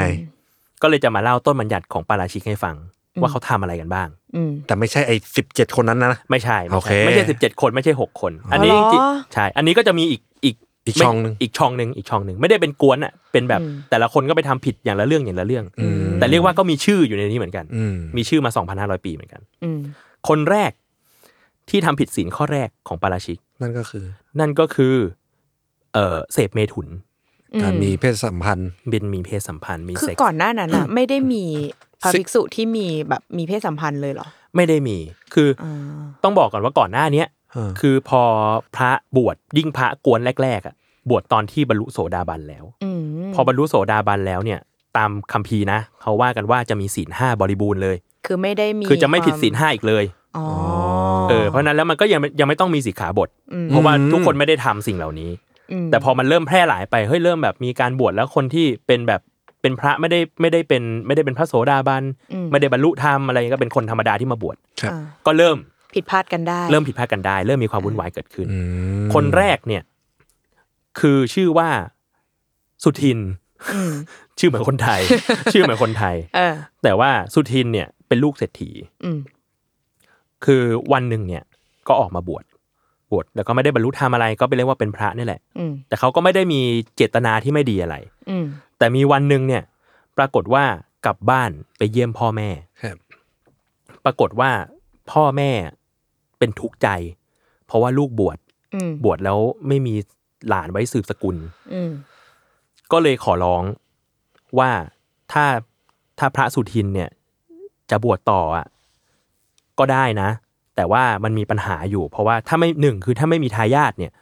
S2: ก็เลยจะมาเล่าต้นบัญญัติของปาราชิกให้ฟัง
S3: อืม
S2: ว่าเขาทำอะไรกันบ้าง
S3: อืม
S1: แต่ไม่ใช่ไอ้สิบเจ็ดคนนั้นนะ
S2: ไม่ใช่ไม่
S1: โอเค
S2: ใช่ไม่ใช่สิบเจ็ดคนไม่ใช่หกคน อันนี้
S3: อ๋
S2: จ
S3: อเหรอ
S2: ริงๆใช่ อันนี้ก็จะมีอีกอีก
S1: อีก
S2: ไม่
S1: ช่องหนึ่ง
S2: อีกช่องหนึ่งอีกช่องหนึ่งไม่ได้เป็นกวนอ่ะเป็นแบบ
S3: อืม
S2: แต่ละคนก็ไปทำผิดอย่างละเรื่องอย่างละเรื่อง
S1: อืม
S2: แต่เรียกว่าก็มีชื่ออยู่ในนี้เหมือนกัน
S1: อืม
S2: มีชื่อมา 2,500 ปีเหมือนกัน
S3: อืม
S2: คนแรกที่ทำผิดศีลข้อแรกของปาราชิก
S1: นั่นก็คือ
S2: นั่นก็คือเออเสพเมถุน
S1: อการมีเพศสัมพันธ์
S2: เป็นมีเพศสัมพันธ์มี
S3: คือ
S2: เซ็ก
S3: ก่อ
S2: ซ์
S3: นหน้านั้นอะไม่ได้มีพระ
S1: สิ
S3: ภิกษุที่มีแบบมีเพศสัมพันธ์เลยเหรอ
S2: ไม่ได้มี คืออ
S3: อ่า
S2: ต้องบอกก่อนว่าก่อนหน้าเนี้ย
S1: อ่า
S2: คือพอพระบวชยิ่งพระกวนแรกๆอ่ะบวชตอนที่บรรลุโสดาบันแล้ว
S3: อืม
S2: พอบรรลุโสดาบันแล้วเนี่ยตามคัมภีร์นะเขาว่ากันว่าจะมีศีลห้าบริบูรณ์เลย
S3: คือไม่ได้มี
S2: คือจะไม่ผิดศีล
S3: ความ
S2: ห้าอีกเลย
S3: อ๋อ
S2: เออเพราะฉะนั้นแล้วมันก็ยังยังไม่ต้องมีสิกขาบท
S3: อืม
S2: เพราะว่าทุกคนไม่ได้ทำสิ่งเหล่านี้
S3: ม
S2: แต่พอมันเริ่มแพร่หลายไปเฮ้ยเริ่มแบบมีการบวชแล้วคนที่เป็นแบบเป็นพระไม่ได้ไม่ได้เป็นไม่ได้เป็นพระโสดาบัน
S3: ม
S2: ไม่ได้บรรลุธรรมอะไรก็เป็นคนธรรมดาที่มาบวช
S1: ครับ
S3: อ่า
S2: ก็เริ่ม
S3: ผิดพลาดกันได้
S2: เริ่มผิดพลาดกันได้ เริ่มมีความวุ่นวายเกิดขึ้น
S1: อืม
S2: คนแรกเนี่ย คือชื่อว่าสุทิน
S3: อืม
S2: ชื่อเหมือนคนไทย ชื่อเหมือนคนไทย
S3: เออ
S2: แต่ว่าสุทินเนี่ยเป็นลูกเศรษฐี
S3: อืม
S2: คือวันหนึ่งเนี่ย ก็ออกมาบวชบวชแล้วก็ไม่ได้บรรลุธรรมอะไรก็ไปเรียกว่าเป็นพระนี่แหละ
S3: อืม
S2: แต่เขาก็ไม่ได้มีเจตนาที่ไม่ดีอะไร
S3: อืม
S2: แต่มีวันหนึ่งเนี่ย ปรากฏว่ากลับบ้านไปเยี่ยมพ่อแม่
S1: ครับ
S2: ปรากฏว่าพ่อแม่เป็นทุกข์ใจ เพราะว่าลูกบวช
S3: อืม
S2: บวชแล้วไม่มีหลานไว้สืบสกุล
S3: อืม
S2: ก็เลยขอร้องว่าถ้าถ้าพระสุทินเนี่ย จะบวชต่ออ่ะก็ได้นะ แต่ว่ามันมีปัญหาอยู่ เพราะว่าถ้าไม่หนึ่งคือถ้าไม่มีทายาทเนี่ย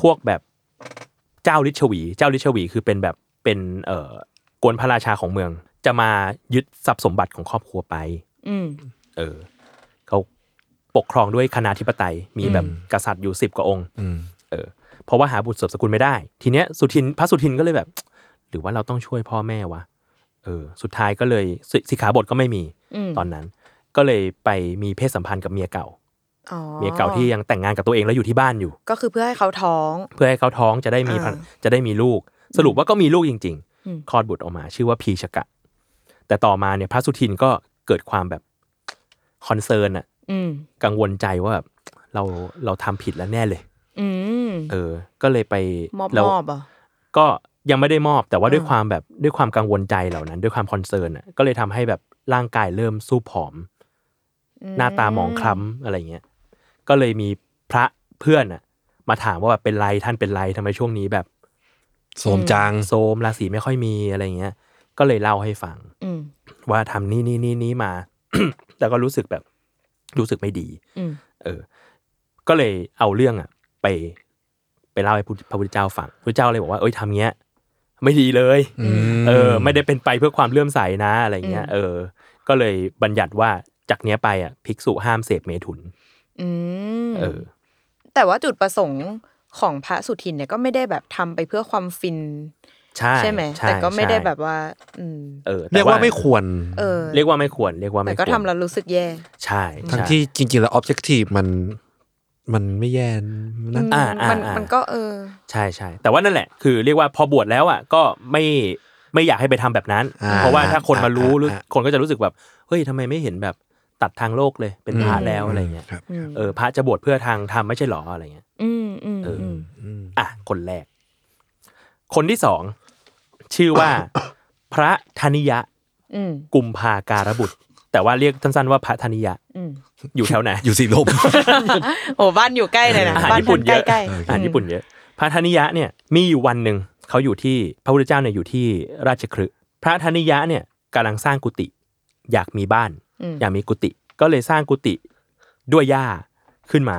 S2: พวกแบบเจ้าลิชวี เจ้าลิชวีคือเป็นแบบเป็นเอ่อกวนพระราชาของเมือง จะมายึดทรัพย์สมบัติของครอบครัวไป
S3: อืม
S2: เออเขาปกครองด้วยคณะธิปไตย มีแบบกษัตริย์อยู่สิบกว่าองค์
S1: อืม
S2: เออเพราะว่าหาบุตรสืบสกุลไม่ได้ ทีเนี้ยสุทินพระสุทินก็เลยแบบ หรือว่าเราต้องช่วยพ่อแม่วะเออ สุดท้ายก็เลยสิสิกขาบทก็ไม่มี
S3: อืม
S2: ตอนนั้น ก็เลยไปมีเพศสัมพันธ์กับเมียเก่า
S3: อ๋อ
S2: เมียเก่าที่ยังแต่งงานกับตัวเองแล้วอยู่ที่บ้านอยู่
S3: ก็คือเพื่อให้เขาท้อง
S2: เพื่อให้เขาท้องจะได้มีพัน
S3: อ่า
S2: จะได้มีลูก สรุปว่าก็มีลูกจริง
S3: อืม
S2: ๆ คลอดบุตรออกมา ชื่อว่าพีชกะ แต่ต่อมาเนี่ยพระสุทินก็เกิดความแบบคอนเซิร์นอะ
S3: อืม
S2: กังวลใจว่าแบบเราเราทำผิดแล้วแน่เลย
S3: อืม
S2: เออ ก็เลยไป
S3: มอบ
S2: แล้
S3: ม
S2: ว
S3: อบเหรอ่ะ
S2: ก็ยังไม่ได้มอบแต่ว่าด้วย
S3: อ่า
S2: ความแบบด้วยความกังวลใจเหล่านั้น ด้วยความคอนเซิร์นอะก็เลยทำให้แบบร่างกายเริ่มสู้ผอม หน้าตาหมองคล้ำอะไรเงี้ยก็เลยมีพระเพื่อนอะมาถามว่าแบบเป็นไรท่านเป็นไรทำไมช่วงนี้แบบ
S1: โสมจัง
S2: โซมราศีไม่ค่อยมีอะไรเงี้ย ก็เลยเล่าให้ฟัง
S3: อืม
S2: ว่าทำนี่นี่นี่นี่มา แล้วก็รู้สึกแบบรู้สึกไม่ดี
S3: อืม
S2: เออ ก็เลยเอาเรื่องอะไป ไปเล่าให้พุทธพระพุทธเจ้าฟังพระเจ้าเลยบอกว่าเอ้ยทำเงี้ย ไม่ดีเลย
S1: ม
S2: เออไม่ได้เป็นไปเพื่อความเลื่อมใสนะอะไรเงี้ย
S3: อืม
S2: เออ ก็เลยบัญญัติว่าจากเนี้ยไปอ่ะภิกษุห้ามเสพเมถุน
S3: อืม
S2: เออ
S3: แต่ว่าจุดประสงค์ของพระสุทินเนี่ยก็ไม่ได้แบบทำไปเพื่อความฟิน
S2: ใช่
S3: ใช่ไหม
S2: ใช่
S3: แต่ก็ไม่ได้
S2: ใช่
S3: แบบว่า อืม
S2: เออแต่
S1: เรียกว่าไม่ควร
S3: เออ
S2: เรียกว่าไม่ควรเรียกว่า
S3: แต่
S2: ไม่ควร
S3: ก็ทำแล้วรู้สึกแย่
S2: ใช่
S1: ทั้ง
S2: ใช่
S1: ที่จริง ๆ แล้ว objective มันมันไม่แย่นะ
S2: อ่าอ่า
S3: มัน
S2: อ่ามั
S3: มันก็เออ
S2: ใช่ใช่แต่ว่านั่นแหละคือเรียกว่าพอบวชแล้วอ่ะก็ไม่ไม่อยากให้ไปทำแบบนั้น
S1: อ่า
S2: เพราะว่าถ้าคนมารู้
S1: อ่า
S2: หรือ
S1: อ่า
S2: คนก็จะรู้สึกแบบเฮ้ยทำไมไม่เห็นแบบตัดทางโลกเลยเป็นพระ
S3: อืม
S2: แล้วอะไรเงี้ย
S1: ครับ
S3: อืม
S2: เออพระจะบวชเพื่อทางธรรมไม่ใช่หรออะไรเงี้ย
S3: อืมอืม
S2: เอออื
S3: อืม
S1: ม
S2: อ่ะคนแรก คนที่สองชื่อว่า พระธนิยะ
S3: อืม
S2: กุมภาการบุตร แต่ว่าเรียกสั้นๆว่าพระธนิยะ
S3: อืม
S2: อยู่แถวไหน
S1: อยู่สีลม
S3: โอ้บ้านอยู่ใกล้เลยนะ
S2: อาหาร
S3: บ้าน
S2: ญี่ปุ่นเย
S3: ใกล้
S2: อะ
S1: เออ
S3: ใกล้
S2: อาหารญี่ปุ่นเยอะ พระธนิยะเนี่ยมีอยู่วันหนึ่งเขาอยู่ที่พระพุทธเจ้าเนี่ยอยู่ที่ราชคฤห์พระธนิยะเนี่ยกำลังสร้างกุฏิอยากมีบ้าน
S3: อืม
S2: อยากมีกุฏิก็เลยสร้างกุฏิด้วยหญ้าขึ้นมา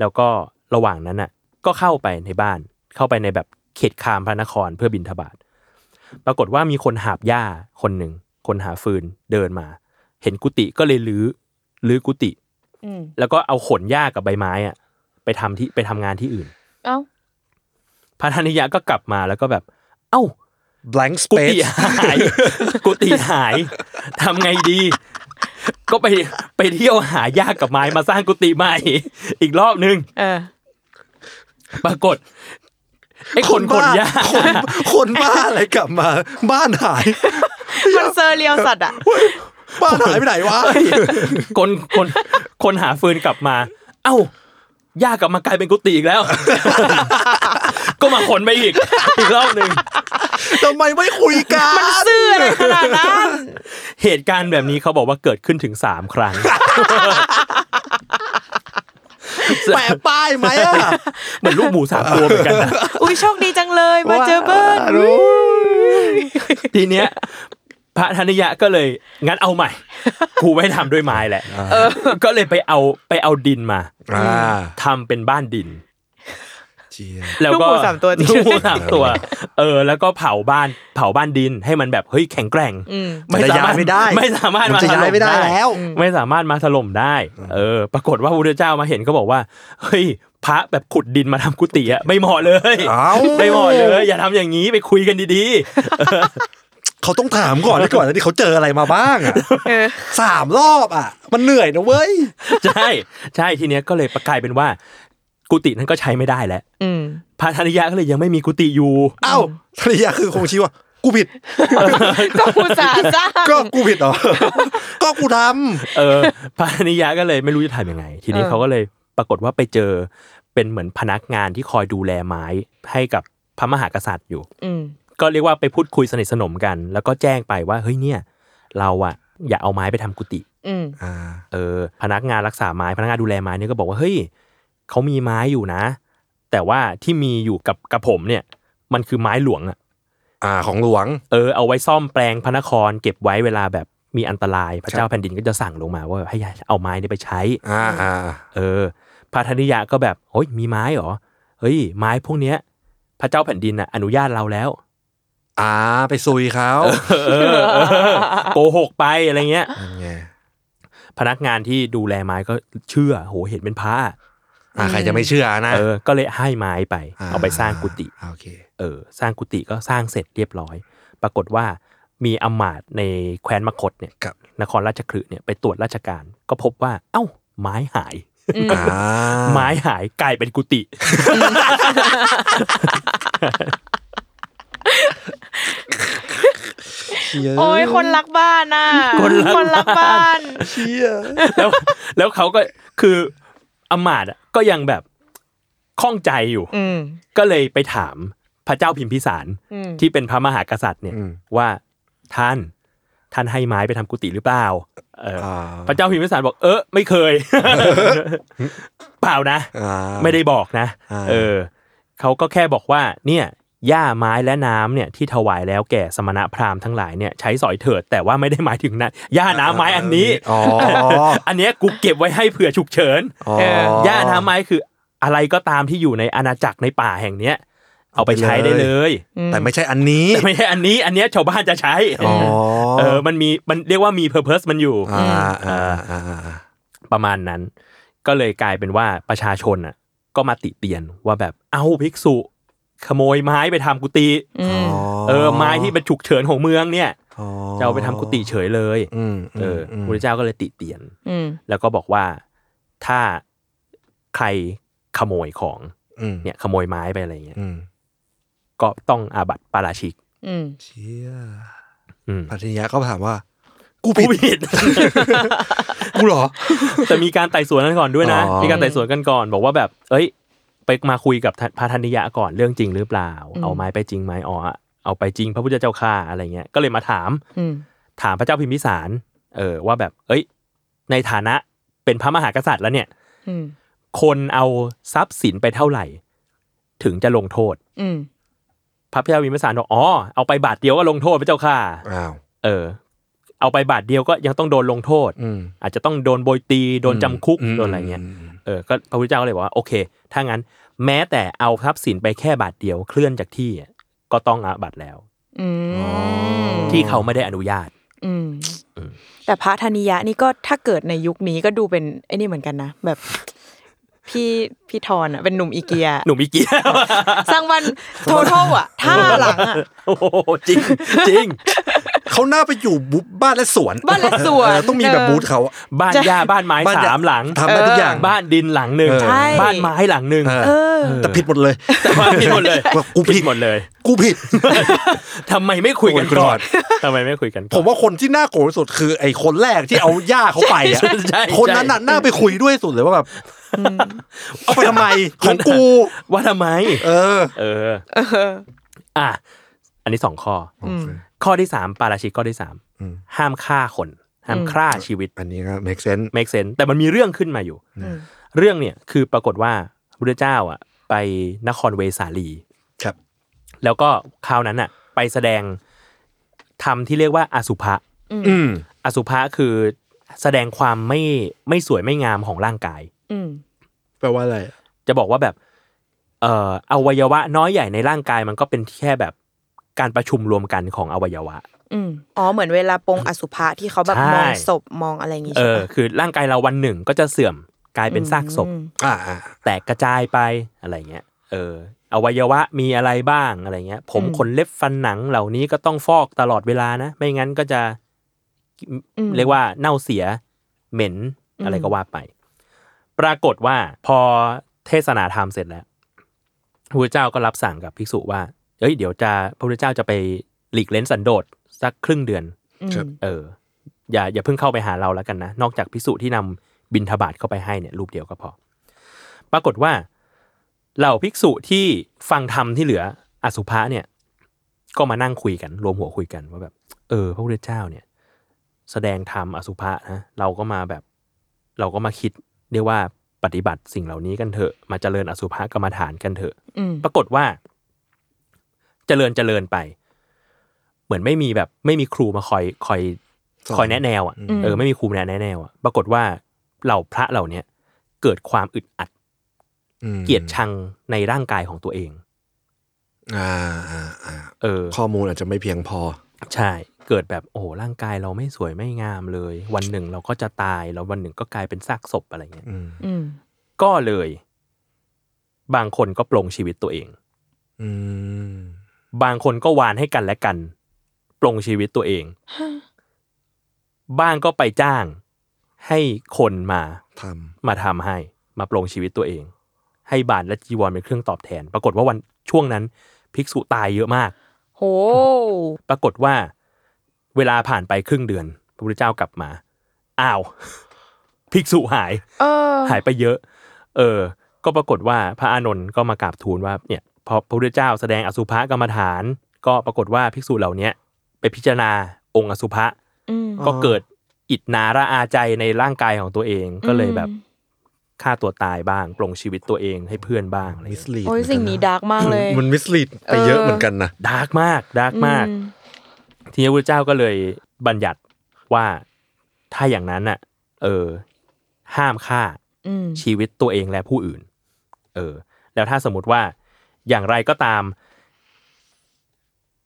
S2: แล้วก็ระหว่างนั้นน่ะ ก็เข้าไปในบ้าน เข้าไปในแบบเขตคามพระนครเพื่อบินทบาทปรากฏว่ามีคนหาบหญ้าคนหนึ่ง คนหาฟืนเดินมา เห็นกุฏิก็เลยลื้อลื้อกุฏิ
S3: อืม
S2: แล้วก็เอาขนหญ้ากับใบไม้อะไปทำที่ไปทำงานที่อื่น
S3: เอ้า
S2: พระธนิยะก็กลับมาแล้วก็แบบ เอ้า
S1: blank
S2: กุฏิ
S1: space
S2: หาย กุฏิหายทำไงดี ก็ไปไปเที่ยวหายากกับไม้มาสร้างกุฏิใหม่ อีกรอบนึง
S3: เออ
S2: ปรากฏไอ้คนคนยา
S1: คนคนบ้าอะไรกลับมา บ้านหาย
S3: มันเซอร์เรียลสัตว์อ่ะ
S1: บ้านหายไปไหนวะ
S2: คนคนคนหาฟืนกลับมา เอ้ายากกลับมากลายเป็นกุฏิอีกแล้ว ก็มาขนไปอีก อีกรอบหนึ่ง
S1: ทำไมไม่คุยกัน
S3: ซื่ออะไรขนาดนั้น
S2: เหตุการณ์แบบนี้เขาบอกว่าเกิดขึ้นถึงสามค รั้ง
S1: แปะป้ายไหมอ่ะ
S2: เหมือนลูกหมูสามตัวเหมือนกันนะ
S3: อุ้ยโชคดีจังเลยมาเจอเบิ้ล
S1: โอ้ย
S2: ทีเนี้ย พระธนิยะก็เลย งั้นเอาใหม่ กูไม่ทำด้วยไม้แหละก็เลยไปเอาไปเอาดินมา
S1: อ่า
S2: ทำเป็นบ้านดิน
S1: เจีย
S2: แล้วก็
S3: ลูกหมูสามตัวจริง
S2: ลูกหมูสามตัว เออ แล้วก็เผาบ้านเผาบ้านดินให้มันแบบเฮ้ยแข็งแกร่ง
S3: อืม
S2: ไม่สามาร
S1: แต่ย้
S2: ถ
S1: ยไม่ได้
S2: ไม่สามารถ
S1: นจะ
S2: มาถล่ม
S1: ย้ายไม่ได้
S2: ได้
S1: แล้ว
S2: ไม่สามารถมาถล่มได้ เออ ปรากฏว่าพระพุทธเจ้ามาเห็นก็บอกว่า เฮ้ย พระแบบขุดดินมาทำกุฏิอะไม่เหมาะเลย
S1: เอ้า
S2: ไม่เหมาะเลย อย่าทำอย่างนี้ไปคุยกันดี
S1: เขาต้องถามก่อนนะก่อนนะที่เขาเจออะไรมาบ้างอ่ะ
S3: เออ
S1: สามรอบอ่ะ มันเหนื่อยนะเว้ย
S2: ๆ ใช่ ใช่ ทีเนี้ยก็เลยประกลายเป็นว่า กุฏินั้นก็ใช้ไม่ได้แล้ว
S3: อืม
S2: พระธนิยะก็เลยยังไม่มีกุฏิอยู่
S1: เอ้าภรรยาคือคงชี้ว่า กูผิด
S3: ก็อุตส่าห์สร้าง
S1: ก็กูผิดเหรอ ก็กูท
S2: เออ พระธนิยะก็เลยไม่รู้จะทำยังไง ทีนี้เขาก็เลยปรากฏว่าไปเจอเป็นเหมือนพนักงานที่คอยดูแลไม้ให้กับพระมหากษัตริย์อยู่
S3: อืม
S2: ก็เรียกว่าไปพูดคุยสนิทสนมกัน แล้วก็แจ้งไปว่าเฮ้ยเนี่ย เราอะอย่าเอาไม้ไปทำกุฏิ
S3: อืม
S1: ำอ่า
S2: เออ พนักงานรักษาไม้ พนักงานดูแลไม้เนี่ยก็บอกว่าเฮ้ยเขามีไม้อยู่นะ แต่ว่าที่มีอยู่กับกับผมเนี่ย มันคือไม้หลวงอะ
S1: อ่าของหลวง
S2: เออเอาไว้ซ่อมแปลงพระนคร เก็บไว้เวลาแบบมีอันตรายพระเจ้าแผ่นดินก็จะสั่งลงมาว่าให้เอาไม้เนี่ยไปใช้
S1: อ่าอ่า
S2: เออพระธนิยะก็แบบเฮ้ยมีไม้เหรอเฮ้ยไม้พวกเนี้ย พระเจ้าแผ่นดินอะอนุญาตเราแล้ว
S1: อ่าไปซุยเขา
S2: เออเออโกหกไปอะไรเงี้ย
S1: นั่นไง
S2: พนักงานที่ดูแลไม้ก็เชื่อโหเห็นเป็นพระ
S1: อ่าใครจะไม่เชื่อนะ
S2: เออ ก็เลยให้ไม้ไป เอาไปสร้างกุฏิ
S1: อ่าโอเค
S2: เออ สร้างกุฏิก็สร้างเสร็จเรียบร้อย ปรากฏว่ามีอำมาตย์ในแคว้นมคตเนี่ย
S1: ครับ
S2: นครราชคฤห์เนี่ยไปตรวจราชการ ก็พบว่า เอ้า ไม้หาย
S3: อืม
S1: อ่า
S2: ไม้หายกลายเป็นกุฏิ
S1: เชี่ย
S3: โอ้ยคนรักบ้านน่ะ คนรักบ้าน
S1: เชี่ย
S2: แล้วแล้วเขาก็คืออำมาตย์อะก็ยังแบบข้องใจอยู่
S3: อืม
S2: ก็เลยไปถามพระเจ้าพิมพิสาร
S3: อืม
S2: ที่เป็นพระมหากษัตริย์เนี่ยว่าท่านท่านให้ไม้ไปทำกุฏิหรือเปล่าเออ
S1: อ่า
S2: พระเจ้าพิมพิสารบอกเออไม่เคย เปล่านะ
S1: อ่า
S2: ไม่ได้บอกนะ
S1: อ่า
S2: เออเขาก็แค่บอกว่า เนี่ยหญ้าไม้และน้ำเนี่ยที่ถวายแล้วแก่สมณพราหมณ์ทั้งหลายเนี่ยใช้สอยเถิดแต่ว่าไม่ได้หมายถึงนะ หญ้าน้ำไม้อันนี้
S1: อ๋อ
S2: อันเนี้ยกูเก็บไว้ให้เผื่อฉุกเฉิน
S1: อ๋อ
S3: เอ
S2: หญ้าน้ำไม้คืออะไรก็ตามที่อยู่ในอาณาจักรในป่าแห่งเนี้ย เอาไปใช้ได้เลย
S1: แต่ไม่ใช่อันนี้
S2: แต่ไม่ใช่อันนี้อันเนี้ยชาวบ้านจะใช้
S1: อ๋อ
S2: เออมันมีมันเรียกว่ามีเพอร์เพสมันอยู่
S1: อ่าอ่าอ่าอ่า
S2: ประมาณนั้น ก็เลยกลายเป็นว่าประชาชนอ่ะ ก็มาติเตียนว่าแบบเอ้าภิกษุ ขโมยไม้ไปทำกุฏิ
S3: อืม
S2: เออไม้ที่เป็นฉุกเฉินของเมืองเนี่ย
S1: อ๋อ
S2: จะเอาไปทำกุฏิเฉยเลย
S1: อืม
S2: เอออพระเจ้าก็เลยติเตียน
S3: อืม
S2: แล้วก็บอกว่าถ้าใครขโมยของ
S1: อืม
S2: เนี่ยขโมยไม้ไปอะไรเงี้ย
S1: อืม
S2: ก็ต้องอาบัติปาราชิก
S3: อืม
S1: เชี่ย
S2: อืม
S1: ปัทยาก็ถามว่า กูผิด
S2: ผู้ผิด
S1: กูเหรอ
S2: แต่มีการไต่สวนกันก่อนด้วยนะ
S1: อ๋อ
S2: มีการไต่สวนกันก่อน บอกว่าแบบ เอ้ย ไปมาคุยกับท่านพระธนิยะก่อนเรื่องจริงหรือเปล่า เอาไม้ไปจริงไหมอ๋อเอาไปจริงพระพุทธเจ้าค่าอะไรเงี้ย ก็เลยมาถาม
S3: อืม
S2: ถามพระเจ้าพิมพิสาร เออว่าแบบ เอ้ย ในฐานะเป็นพระมหากษัตริย์แล้วเนี่ย
S3: อืม
S2: คนเอาทรัพย์สินไปเท่าไหร่ ถึงจะลงโทษ
S3: อืม
S2: พระเจ้าพิมพิสารบอกอ๋อเอาไปบาทเดียวก็ลงโทษพระเจ้าค่า
S1: อ้าว
S2: เออ เอาไปบาทเดียวก็ยังต้องโดนลงโทษ
S1: อืม
S2: อาจจะต้องโดนโบยตี โดนจำคุก
S1: ม
S2: โดนอะไรเงี้ย เออ ก็พระพุทธเจ้าก็เลยบอกว่า โอเค ถ้างั้น แม้แต่เอาทรัพย์สินไปแค่บาทเดียวเคลื่อนจากที่อ่ะก็ต้องอาบัตแล้ว
S3: อืม
S2: ที่เขาไม่ได้อนุญาต
S3: อืม แต่พระธนิยะนี่ก็ถ้าเกิดในยุคนี้ก็ดูเป็นไอ้นี่เหมือนกันนะ แบบ พี่พี่ทอนอ่ะเป็นหนุ่มอีเกีย
S2: หนุ่มอีเกีย
S3: สร้างวันโททอลอ่ะท่าหลังอ่ะ
S2: โอ้โหจริงจริง
S1: เขาน่าไปอยู่บุบ้านและสวน
S3: บ้านและสวน
S1: เออต้องมีแบบ
S3: เออ
S1: บูธเขาอะ
S2: บ้าน
S3: จะ
S2: หญ้าบ้านไม้
S1: บ้านหญ้า
S2: สามหลัง
S1: ทำได้ทุกอย่าง
S2: บ้านดินหลังหนึ่ง
S1: เออ
S3: ใช่
S2: บ้านไม้หลังหนึ่ง
S1: เออ
S3: เออ
S1: แต่ผิดหมดเลย
S2: แต่ว่าผิดหมดเลย
S1: ว่ากูผิด
S2: หมดเลย
S1: กูผิด
S2: ทำไมไม่คุยกัน
S1: คุยกันก่
S2: ก่อ
S1: อน น
S2: ทำไมไม่คุยกันก่อน
S1: ผมว่าคนที่น่าโกรธที่สุดคือไอ้คนแรกที่เอาย่าเขาไปอ่ะ
S2: ใช่ใช่
S1: คนนั้นน่ะน่าไปคุยด้วยสุดเลยว่าแบบ เอาไปทำไมข
S2: คน
S1: อง
S2: น่ะ
S1: กู
S2: ว่าทำไม
S1: เออ
S2: เออ อ่ะ อันนี้สองข้อ
S1: โอเค
S2: ข้อที่สามปาราชิกข้อที่สาม
S1: อืม
S2: ห้ามฆ่าคน ห้าม
S3: อืม
S2: ฆ่าชีวิต
S1: อันนี้ก็ make sense
S2: make sense แต่มันมีเรื่องขึ้นมาอยู่
S3: อืม
S2: เรื่องเนี่ยคือปรากฏว่าพระเจ้าอ่ะ ไปนครเวสาลี
S1: ครับ
S2: แล้วก็คราวนั้นอ่ะ ไปแสดงทำที่เรียกว่าอสุภะ
S1: อืม
S2: อสุภะคือแสดงความไม่ไม่สวยไม่งามของร่างกาย
S3: อืม
S1: แปลว่าอะไร
S2: จะบอกว่าแบบ เอ่ออวัยวะน้อยใหญ่ในร่างกายมันก็เป็นแค่แบบการประชุมรวมกันของอวัยวะ
S3: อืมอ๋อเหมือนเวลาปรงอสุภะที่เขาแบบ
S2: ใช่
S3: มองศพมองอะไรอย่างงี้
S2: เอ
S3: ใช่
S2: อ
S3: ปะ
S2: คือร่างกายเราวันหนึ่งก็จะเสื่อมกลายเป็นซากศพ
S3: อืม
S1: อ่าอ่า
S2: แตกกระจายไปอะไรเงี้ย เออ อวัยวะมีอะไรบ้างอะไรเงี้ย ผมขนเล็บฟันหนังเหล่านี้ก็ต้องฟอกตลอดเวลานะ ไม่งั้นก็จะ
S3: อืม
S2: เรียกว่าเน่าเสียเหม็น
S3: อืม
S2: อะไรก็ว่าไป ปรากฏว่าพอเทศนาธรรมเสร็จแล้วพระเจ้าก็รับสั่งกับภิกษุว่า เอ้ยเดี๋ยวจะพระพุทธเจ้าจะไปหลีกเล้นสันโดษสักครึ่งเดือน
S3: อืม
S2: เออ อย่าอย่าเพิ่งเข้าไปหาเราแล้วกันนะ นอกจากพิสุที่นำบินทบาทเข้าไปให้เนี่ยรูปเดียวก็พอ ปรากฏว่า เหล่าภิกษุที่ฟังธรรมที่เหลืออสุภะเนี่ย ก็มานั่งคุยกัน รวมหัวคุยกันว่าแบบ เออ พระพุทธเจ้าเนี่ย แสดงธรรมอสุภะนะเราก็มาแบบ เราก็มาคิดเรียกว่าปฏิบัติสิ่งเหล่านี้กันเถอะมาเจริญอสุภะกรรมฐานกันเถอะ
S3: อืม
S2: ปรากฏว่า เจริญเจริญไป เหมือนไม่มีแบบ ไม่มีครูมาคอยคอย
S1: สง
S2: คอยแนะแนวอ่ะ
S1: อืม
S2: เออไม่มีครูแนะแนวอ่ะปรากฏว่าเหล่าพระเหล่าเนี้ยเกิดความอึดอัด
S1: อืม
S2: เกลียดชังในร่างกายของตัวเอง
S1: อ่าอ่าอ่า
S2: เออ
S1: ข้อมูลอาจจะไม่เพียงพอ
S2: ใช่ เกิดแบบโอ้โหร่างกายเราไม่สวยไม่งามเลย วันหนึ่งเราก็จะตายแล้ววันหนึ่งก็กลายเป็นซากศพอะไรเงี้ย
S1: อืม
S3: อืม
S2: ก็เลย บางคนก็ปลงชีวิตตัวเอง
S1: อืม
S2: บางคนก็วานให้กันและกัน ปลงชีวิตตัวเอง บ้างก็ไปจ้างให้คนมา
S1: ท
S2: มาทำให้มาปลงชีวิตตัวเอง ให้บาทและจีวรเป็นเครื่องตอบแทน ปรากฏว่าวันช่วงนั้น ภิกษุตายเยอะมาก
S3: โห
S2: ปรากฏว่า เวลาผ่านไปครึ่งเดือน พระพุทธเจ้ากลับมาอ้าว ภิกษุหาย
S3: เออ
S2: หายไปเยอะ เออ ก็ปรากฏว่าพระอานนท์ก็มากราบทูลว่า เนี่ย พอพระพุทธเจ้าแสดงอสุภะกรรมฐาน ก็ปรากฏว่าภิกษุเหล่าเนี้ยไปพิจารณาองค์อสุภะ
S3: อืม
S2: ก็เกิดอิจนาระอาใจในร่างกายของตัวเอง ก็เลยแบบฆ่าตัวตายบ้าง ปลงชีวิตตัวเองให้เพื่อนบ้างอะไร
S1: ำมิ
S2: เงี้
S1: ส
S2: ย
S1: ลีด
S3: โอ้ยสิ่งนี้ดาร์กมากเลย
S1: มันมิสลีดไปเยอะเหมือนกันนะ
S2: ดาร์กมากดาร์กมาก ทีนี้พระเจ้าก็เลยบัญญัติว่าถ้าอย่างนั้นน่ะ เออ ห้ามฆ่า
S3: อืม
S2: ชีวิตตัวเองและผู้อื่น เออ แล้วถ้าสมมติว่าอย่างไรก็ตาม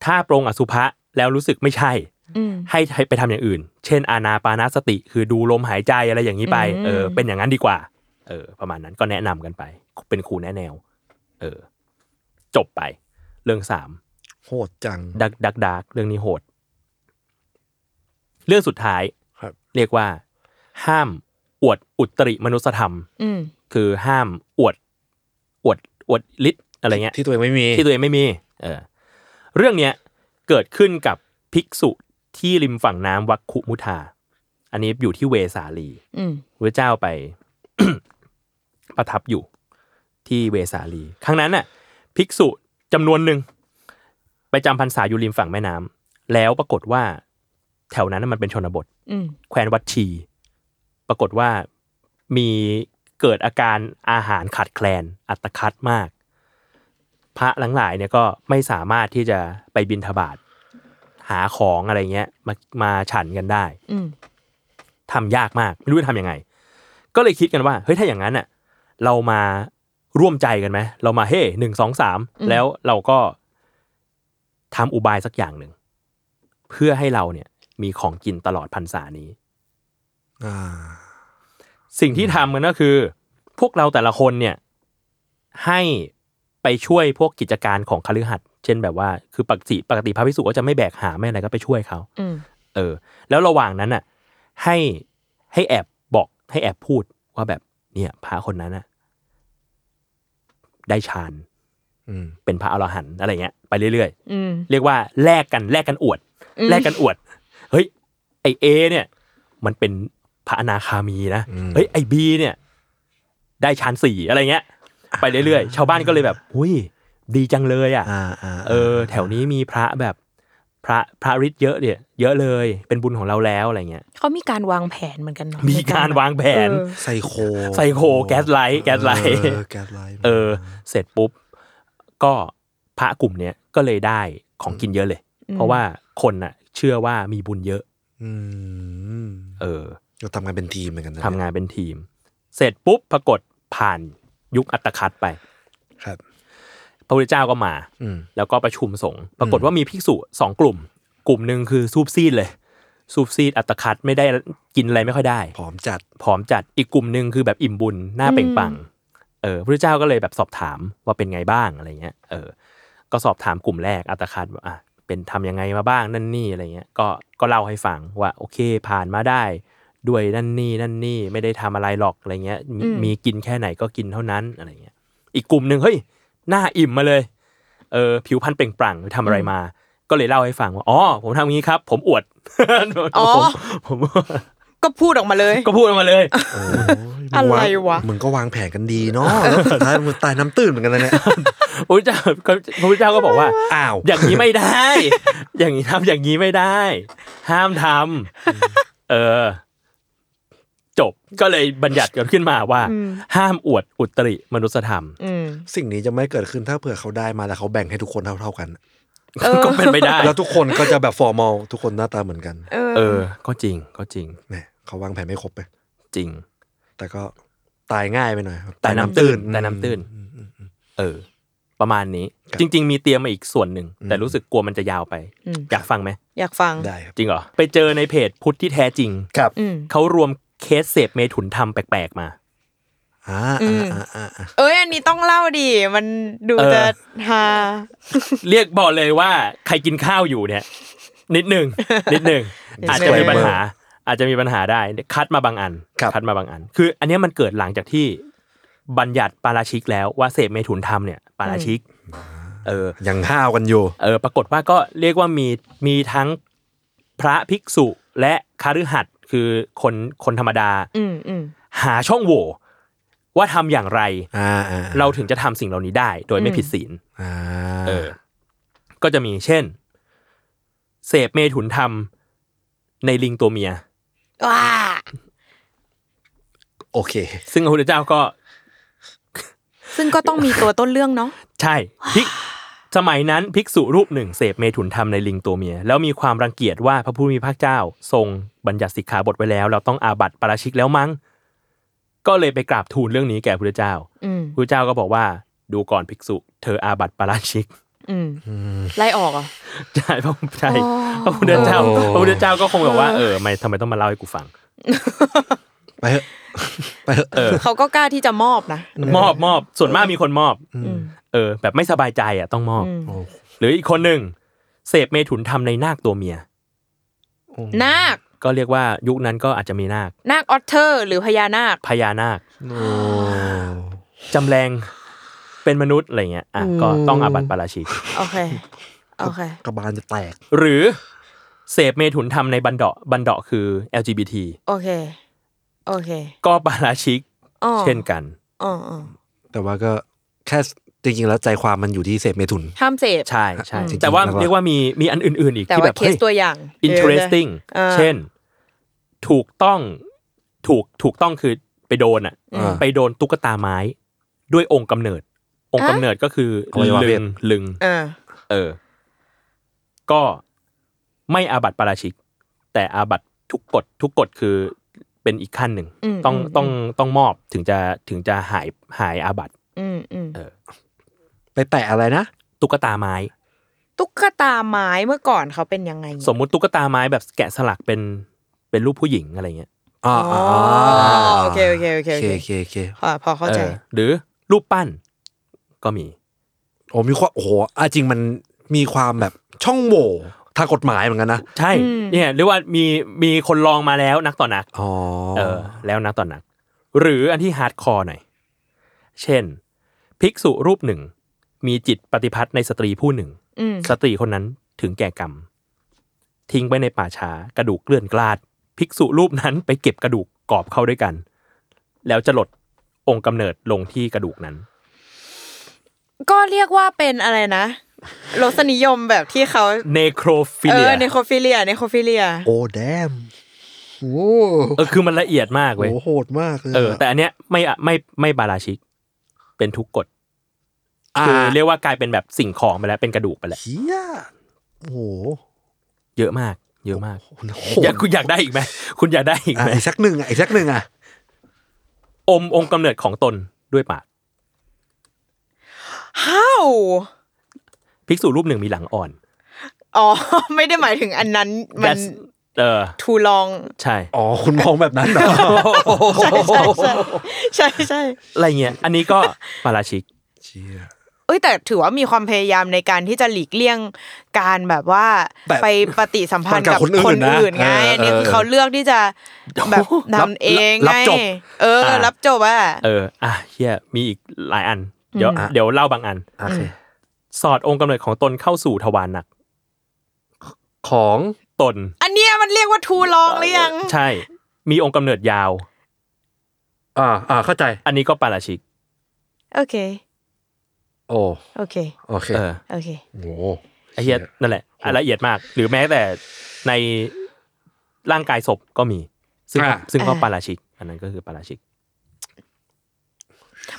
S2: ถ้าปรงอสุภะแล้วรู้สึกไม่ใช่
S3: อืม
S2: ให้ไปทำอย่างอื่น เช่น อานาปานาสติ คือดูลมหายใจอะไรอย่างนี้ไป
S3: อืม
S2: เออ เป็นอย่างนั้นดีกว่า เออ ประมาณนั้นก็แนะนำกันไป เป็นครูแนะแนว เออ จบไป เรื่องสาม
S1: โหดจัง
S2: ดักดักดักเรื่องนี้โหด เรื่องสุดท้าย
S1: ครับ
S2: เรียกว่า ห้ามอวดอุตริมนุสธรรม
S3: อืม
S2: คือห้ามอวดอวดอวดฤทธิ์อะไรเงี้ย
S1: ที่ตัวเองไม่มี
S2: ที่ตัวเองไม่มีเออเรื่องเนี้ยเกิดขึ้นกับภิกษุที่ริมฝั่งน้ำวัคคุมุทา อันนี้อยู่ที่เวสาลี
S3: อืม
S2: พระเจ้าไป ประทับอยู่ที่เวสาลี ครั้งนั้นน่ะ ภิกษุจำนวนหนึ่ง ไปจำพรรษาอยู่ริมฝั่งแม่น้ำแล้วปรากฏว่า แถวนั้นนะมันเป็นชนบท
S3: อืม
S2: แคว้นวัดชี ปรากฏว่ามีเกิดอาการอาหารขาดแคลน อัตคัดมาก พระหลังหลายเนี่ยก็ไม่สามารถที่จะไปบินทบาทหาของอะไรเงี้ยมามาฉันกันได้
S3: อืม
S2: ทำยากมาก ไม่รู้จะทำยังไง ก็เลยคิดกันว่า เฮ้ยถ้าอย่างนั้นน่ะ เรามาร่วมใจกันไหมเรามาเฮ้หนึ่งสองสาม
S3: อืม
S2: แล้วเราก็ทำอุบายสักอย่างหนึ่ง เพื่อให้เราเนี่ย มีของกินตลอดพรรษานี้
S1: อ่า
S2: สิ่งที่ทำกันก็คือ พวกเราแต่ละคนเนี่ย ให้ไปช่วยพวกกิจการของคฤหัสถ์เช่นแบบว่าคือปกติปกติพระพิสุก็จะไม่แบกหามไม่อะไรก็ไปช่วยเขา
S3: อืม
S2: เออแล้วระหว่างนั้นน่ะให้ให้แอบบอกให้แอบพูดว่าแบบเนี่ยพระคนนั้นน่ะได้ฌาน
S1: อืม
S2: เป็นพระอรหันต์อะไรเงี้ยไปเรื่อย
S3: อืม
S2: ๆ เรียกว่าแลกกันแลกกันอวด
S3: อืม
S2: แลกกันอวด เฮ้ยไอเอเนี่ย มันเป็นพระอนาคามีนะ
S1: อืม
S2: เฮ้ยไอบีเนี่ย ได้ฌานสี่อะไรเงี้ย ไปเรื่อยๆ ชาวบ้านก็เลยแบบอุ้ยดีจังเลยอ่ะ
S1: อ่าอ่า
S2: เออแถวนี้มีพระแบบพระพระฤทธิ์เยอะเนี่ยเยอะเลยเป็นบุญของเราแล้วอะไรเงี้ย
S3: เขามีการวางแผนเหมือนกันเนาะ
S2: มีการวางแผน
S3: เออ
S1: ไซโค
S2: ไซโคแก๊สไลท์แก๊สไลท์
S1: เออแก๊สไลท์
S2: เออ เสร็จปุ๊บ ก็พระกลุ่มเนี้ยก็เลยได้ของกินเยอะเลย เพราะว่าคนน่ะ เชื่อว่ามีบุญเยอะ
S1: อืม
S2: เออ
S1: เราทำงานเป็นทีมเหมือนกันนะ
S2: ทำงานเป็นทีม เสร็จปุ๊บปรากฏผ่านยุคอัตคัดไป
S1: ครับ
S2: พระพุทธเจ้าก็มา
S1: อืม
S2: แล้วก็ประชุมสงฆ์ปรากฏว่ามีภิกษุสองกลุ่ม กลุ่มหนึ่งคือซูบซีดเลยซูบซีดอัตคัดไม่ได้กินอะไรไม่ค่อยได้
S1: ผอมจัด
S2: ผอมจัดอีกกลุ่มหนึ่งคือแบบอิ่มบุญหน้าเปล่งปลังเออพระเจ้าก็เลยแบบสอบถามว่าเป็นไงบ้างอะไรเงี้ยเออ ก็สอบถามกลุ่มแรกอัตคัดว่าอ่ะเป็นทำยังไงมาบ้างนั่นนี่อะไรเงี้ยก็ก็เล่าให้ฟังว่าโอเคผ่านมาได้ ด้วยนั่นนี่นั่นนี่ไม่ได้ทำอะไรหรอกอะไรเงี้ยมมีกินแค่ไหนก็กินเท่านั้นอะไรเงี้ยอีกกลุ่มหนึ่งเฮ้ยหน้าอิ่มมาเลยเออผิวพรรณเปล่งปลั่งทำอะไรมา ก็เลยเล่าให้ฟังว่าอ๋อผมทำอย่างนี้ครับ ผมอวด
S3: อ๋อ
S2: ผมผม
S3: ก็พูดออกมาเลย
S2: ก็พูดออกมาเลย
S1: โอ้ย
S3: อะไร
S1: มึงาง
S3: วะ
S1: มึงก็วางแผนกันดีเนาะแล้วสุดท้ายมึง ตายน้ำตื้นเหมือนกันนะเนี่ย
S2: พระพุทธเจ้า พระพุทธเจ้าก็บอกว่า
S1: อ้าว
S2: อย่างนี้ไม่ได้ อย่างนี้ทำอย่างนี้ไม่ได้ ห้ามทำ เออ จบก็เลยบัญญัติกันขึ้นมาว่า ห้ามอวดอุตริมนุสธรรม
S3: อืม
S1: สิ่งนี้จะไม่เกิดขึ้นถ้าเผื่อเขาได้มาแล้วเขาแบ่งให้ทุกคนเท่าๆกัน
S3: เออ
S2: ก็เป็นไปได้
S1: แล้วทุกคนก็จะแบบฟอร์มอลทุกคนหน้าตาเหมือนกัน
S3: เออ
S2: เออ ก็จริงก็จริง
S1: เนี่ยเขาวางแผนไม่ครบไป
S2: จริง
S1: แต่ก็ตายง่ายไปหน่อยครับ
S2: ตายน้ำตื้นตายน้ำตื้น
S1: อืมอืมอืม
S2: เออ ประมาณนี้
S1: ครับ
S2: จริง ๆ มีเตรียมมาอีกส่วนหนึ่ง แต่
S1: อืม
S2: รู้สึกกลัวมันจะยาวไป
S3: อืม
S2: อยากฟังไหม
S3: อยากฟัง
S1: ได้ครับ
S2: จริงเหรอไปเจอในเพจพุทธที่แท้จริง
S1: ครับ
S3: อืม
S2: เขารวมเคสเสพเมถุนธรรมแปลกๆมา
S1: อ่า
S3: อื
S1: อ่าม อ่าอ่าอ่า
S3: เอ้ยอันนี้ต้องเล่าดิมันดู
S2: เออ
S3: จะฮา
S2: เรียกบอกเลยว่าใครกินข้าวอยู่เนี่ย นิดห นึ่ง นิดหนึ่งอาจจะมีปัญหา อาจจะมีปัญหาได้คัดมาบางอันคัดมาบางอัน คือ อันเนี้ยมันเกิดหลังจากที่บัญญัติปาราชิกแล้วว่าเสพเมถุนธรรมเนี่ยปาราชิก เออ
S1: ยังห้าวกันอยู่
S2: เออปรากฏว่าก็เรียกว่ามีมีทั้งพระภิกษุและคฤหัสถ์คือคนคนธรรมดา
S3: อืมอืม
S2: หาช่องโหว่ว่าทำอย่างไร
S1: อ่าอ่า
S2: เราถึงจะทำสิ่งเหล่านี้ได้ โดยไม่ผิดศีล
S1: อ่า
S2: เออ ก็จะมีเช่น เสพเมถุนธรรมในลิงตัวเมีย
S3: ว้า
S1: โอเค
S2: ซึ่งพระพุทธเจ้าก็
S3: ซึ่งก็ต้องมีตัวต้นเรื่องเนาะ
S2: ใช่ภิกสมัยนั้นภิกษุรูปหนึ่งเสพเมถุนธรรมในลิงตัวเมีย แล้วมีความรังเกียจว่าพระผู้มีพระเจ้า ทรงบัญญัติสิกขาบทไว้แล้ว เราต้องอาบัติปาราชิกแล้วมั้ง ก็เลยไปกราบทูลเรื่องนี้แก่พระพุทธเจ้า
S3: อืม
S2: พระพุทธเจ้าก็บอกว่าดูก่อนภิกษุ เธออาบัติปาราชิก
S3: อืมไล่ออกเหรอ่ะ
S2: ใช่พระพุทธใช่
S3: อ๋อ
S2: พระพุทธเจ้า
S1: โอ้
S2: พระพุทธเจ้าก็คงแบบว่าเออไม่ทำไมต้องมาเล่าให้กูฟัง
S1: ไปเถอะ ไปเถอะ
S2: เออ
S3: เขาก็กล้าที่จะมอบนะ
S2: มอบมอบส่วนมากมีคนมอบ
S1: อืม
S2: เออแบบไม่สบายใจอ่ะต้องมอบ
S3: อืม
S1: โอ้
S2: หรืออีกคนหนึ่งเสพเมถุนทำในนาคตัวเมีย
S1: โอ้
S3: นาค
S2: ก็เรียกว่ายุคนั้นก็อาจจะมีนาค
S3: นาคออเทอร์ หรือพญานาค
S2: พญานาค
S1: โอ้
S2: จำแรงเป็นมนุษย์อะไรเงี้ยอ่ะ
S1: อืม
S2: ก็ต้องอาบัติปาราชิก
S3: โอเค โอเค
S1: กระบาลจะแตก
S2: หรือเสพเมถุนทำในบันเดาะบันเดาะคือ LGBT
S3: โอเค โอเค
S2: ก็ปาราชิก
S3: อ๋อ
S2: เช่นกัน
S3: อ๋ออ๋อ
S1: แต่ว่าก็แค่จริงๆแล้วใจความมันอยู่ที่เสพเมถุน
S3: ห้ามเสพ
S2: ใช่ใช่
S1: จริงๆ
S2: แต่ว่า
S1: แล้วก็
S2: เรียกว่ามีมีอันอื่น ๆ อีก
S3: แต่
S2: ที่
S3: ว่า
S2: แบบ
S3: เค
S2: เฮ้
S3: ส
S2: ย
S3: ตัวอย่าง
S2: interesting
S3: เออ
S2: เช่น ถูกต้องถูกถูกต้องคือไปโดนอ่ะ
S1: อ่า
S2: ไปโดนตุ๊กตาไม้ด้วยองค์กำเนิด องค์กำเนิดก็คือ
S1: อวัยวะเพ
S2: ลึ
S1: ศ
S2: งลึง
S3: เออ
S2: เออ ก็ไม่อาบัติปาราชิก แต่อาบัติทุกกฎทุกกฎคือเป็นอีกขั้นหนึ่ง
S3: อืม
S2: ต้อง
S3: อืม
S2: ต้องต้องมอบถึงจะถึงจะหายหายอาบัติ
S3: อืมอืม
S1: ไปแตะอะไรนะ
S2: ตุ๊กตาไม้
S3: ตุ๊กตาไม้เมื่อก่อนเขาเป็นยังไง
S2: สมมุติตุ๊กตาไม้แบบแกะสลักเป็นเป็นรูปผู้หญิงอะไรเงี้ย
S1: อ่า
S3: อ๋อโอเคโอเคโอเค
S1: โอ
S3: โอ
S1: เค
S3: เค
S1: โอเคโอเค
S3: อ่าพอเข้าใจ
S2: เออหรือรูปปั้นก็มี
S1: โอ้มีความโอ้โหอ่ะจริงมันมีความแบบช่องโหว่ทางกฎหมายเหมือนกันนะ
S2: ใช่
S3: อืม
S2: เนี่ยหรือว่ามีมีคนลองมาแล้วนักต่อนัก
S1: อ๋อ
S2: เออ แล้วนักต่อนัก หรืออันที่ฮาร์ดคอร์หน่อย เช่น ภิกษุรูปหนึ่ง มีจิตปฏิพัติในสตรีผู้หนึ่ง
S3: อืม
S2: สตรีคนนั้นถึงแก่กรรม ทิ้งไว้ในป่าช้ากระดูกเกลื่อนกลาด ภิกษุรูปนั้นไปเก็บกระดูกกอบเข้าด้วยกัน แล้วจะหลดองค์กำเนิดลงที่กระดูกนั้น
S3: ก็เรียกว่าเป็นอะไรนะรสนิยมแบบที่เขา
S2: เนโครฟิ
S3: เอ
S2: เลีย
S3: อเนโครฟิเลียเนโครฟิเลีย
S1: โอ้แดมโอ้
S2: เออคือมันละเอียดมาก
S1: โห
S2: เว้ย
S1: โหดมากเลย
S2: เออ แต่อันเนี้ยไม่อะไม่ไม่บาราชิก เป็นทุกกฎ
S1: า
S2: คือเรียกว่ากลายเป็นแบบสิ่งของไปแล้วเป็นกระดูกไปแล้ว
S1: เฮียโอ้โห
S2: เยอะมาก เยอะมาก
S1: โห
S2: อยากคุณอยากได้อีกไหมคุณอยากได้อีก
S1: อ่ะ
S2: ไหม
S1: อีกสักหนึ่งอ่ะอีกสักหนึ่งอ่ะ
S2: อมองค์กำเนิดของตนด้วยปาก
S3: how
S2: ภิกษุรูปหนึ่งมีหลังอ่อน
S3: อ๋อ ไม่ได้หมายถึงอันนั้นมั
S2: แต่
S3: น
S2: เออ
S3: ทูลอง
S2: ใช่
S1: อ๋อคุณมองแบบนั้นเหรอ
S3: ใช่ใช่ใช่ใช่ใช่
S2: อะไรเงี้ย อันนี้ก็ ปาราชิก
S1: เชี่ย
S3: เอ้ยแต่ถือว่ามีความพยายามในการที่จะหลีกเลี่ยงการแบบว่า
S1: แบบ
S3: ไปปฏิสัมพันธ์
S1: มันกั
S3: กับบ
S1: คนอื่น
S3: คน
S1: นะ
S3: อื่นไง
S1: เอออั
S3: อันนี้คือ
S1: เออ
S3: เขาเลือกที่จะแบบ
S1: รับ
S3: ทำเอง
S1: รั
S3: ไง
S1: บจบ
S3: เออ
S2: อ่ารั
S3: รับจบอ่ะ
S2: เออ อ่ะเฮียมีอีกหลายอัน เดี๋ยว
S3: อืม
S2: เดี๋ยวเล่าบางอัน
S1: โอเค
S2: สอดองค์กำเนิดของตนเข้าสู่ทวารหนัก
S1: ของ
S2: ตน
S3: อันเนี้ยมันเรียกว่าทูลองหรือยัง
S2: ใช่ มีองค์กำเนิดยาว
S1: อ่าอ่าเข้าใจ
S2: อันนี้ก็ปาราชิก
S3: โอเค
S1: โอ้
S3: โอเค
S1: โอเค
S2: เออ
S3: โอเค
S1: โอ้โห
S2: ไอ้เฮียนั่นแหละอ่ะละเอียดมาก หรือแม้แต่ในร่างกายศพก็มี ซึ่ง
S1: อ่ะ
S2: ซึ่งก็
S3: อ่ะ
S2: ปาราชิก อันนั้นก็คือปาราชิก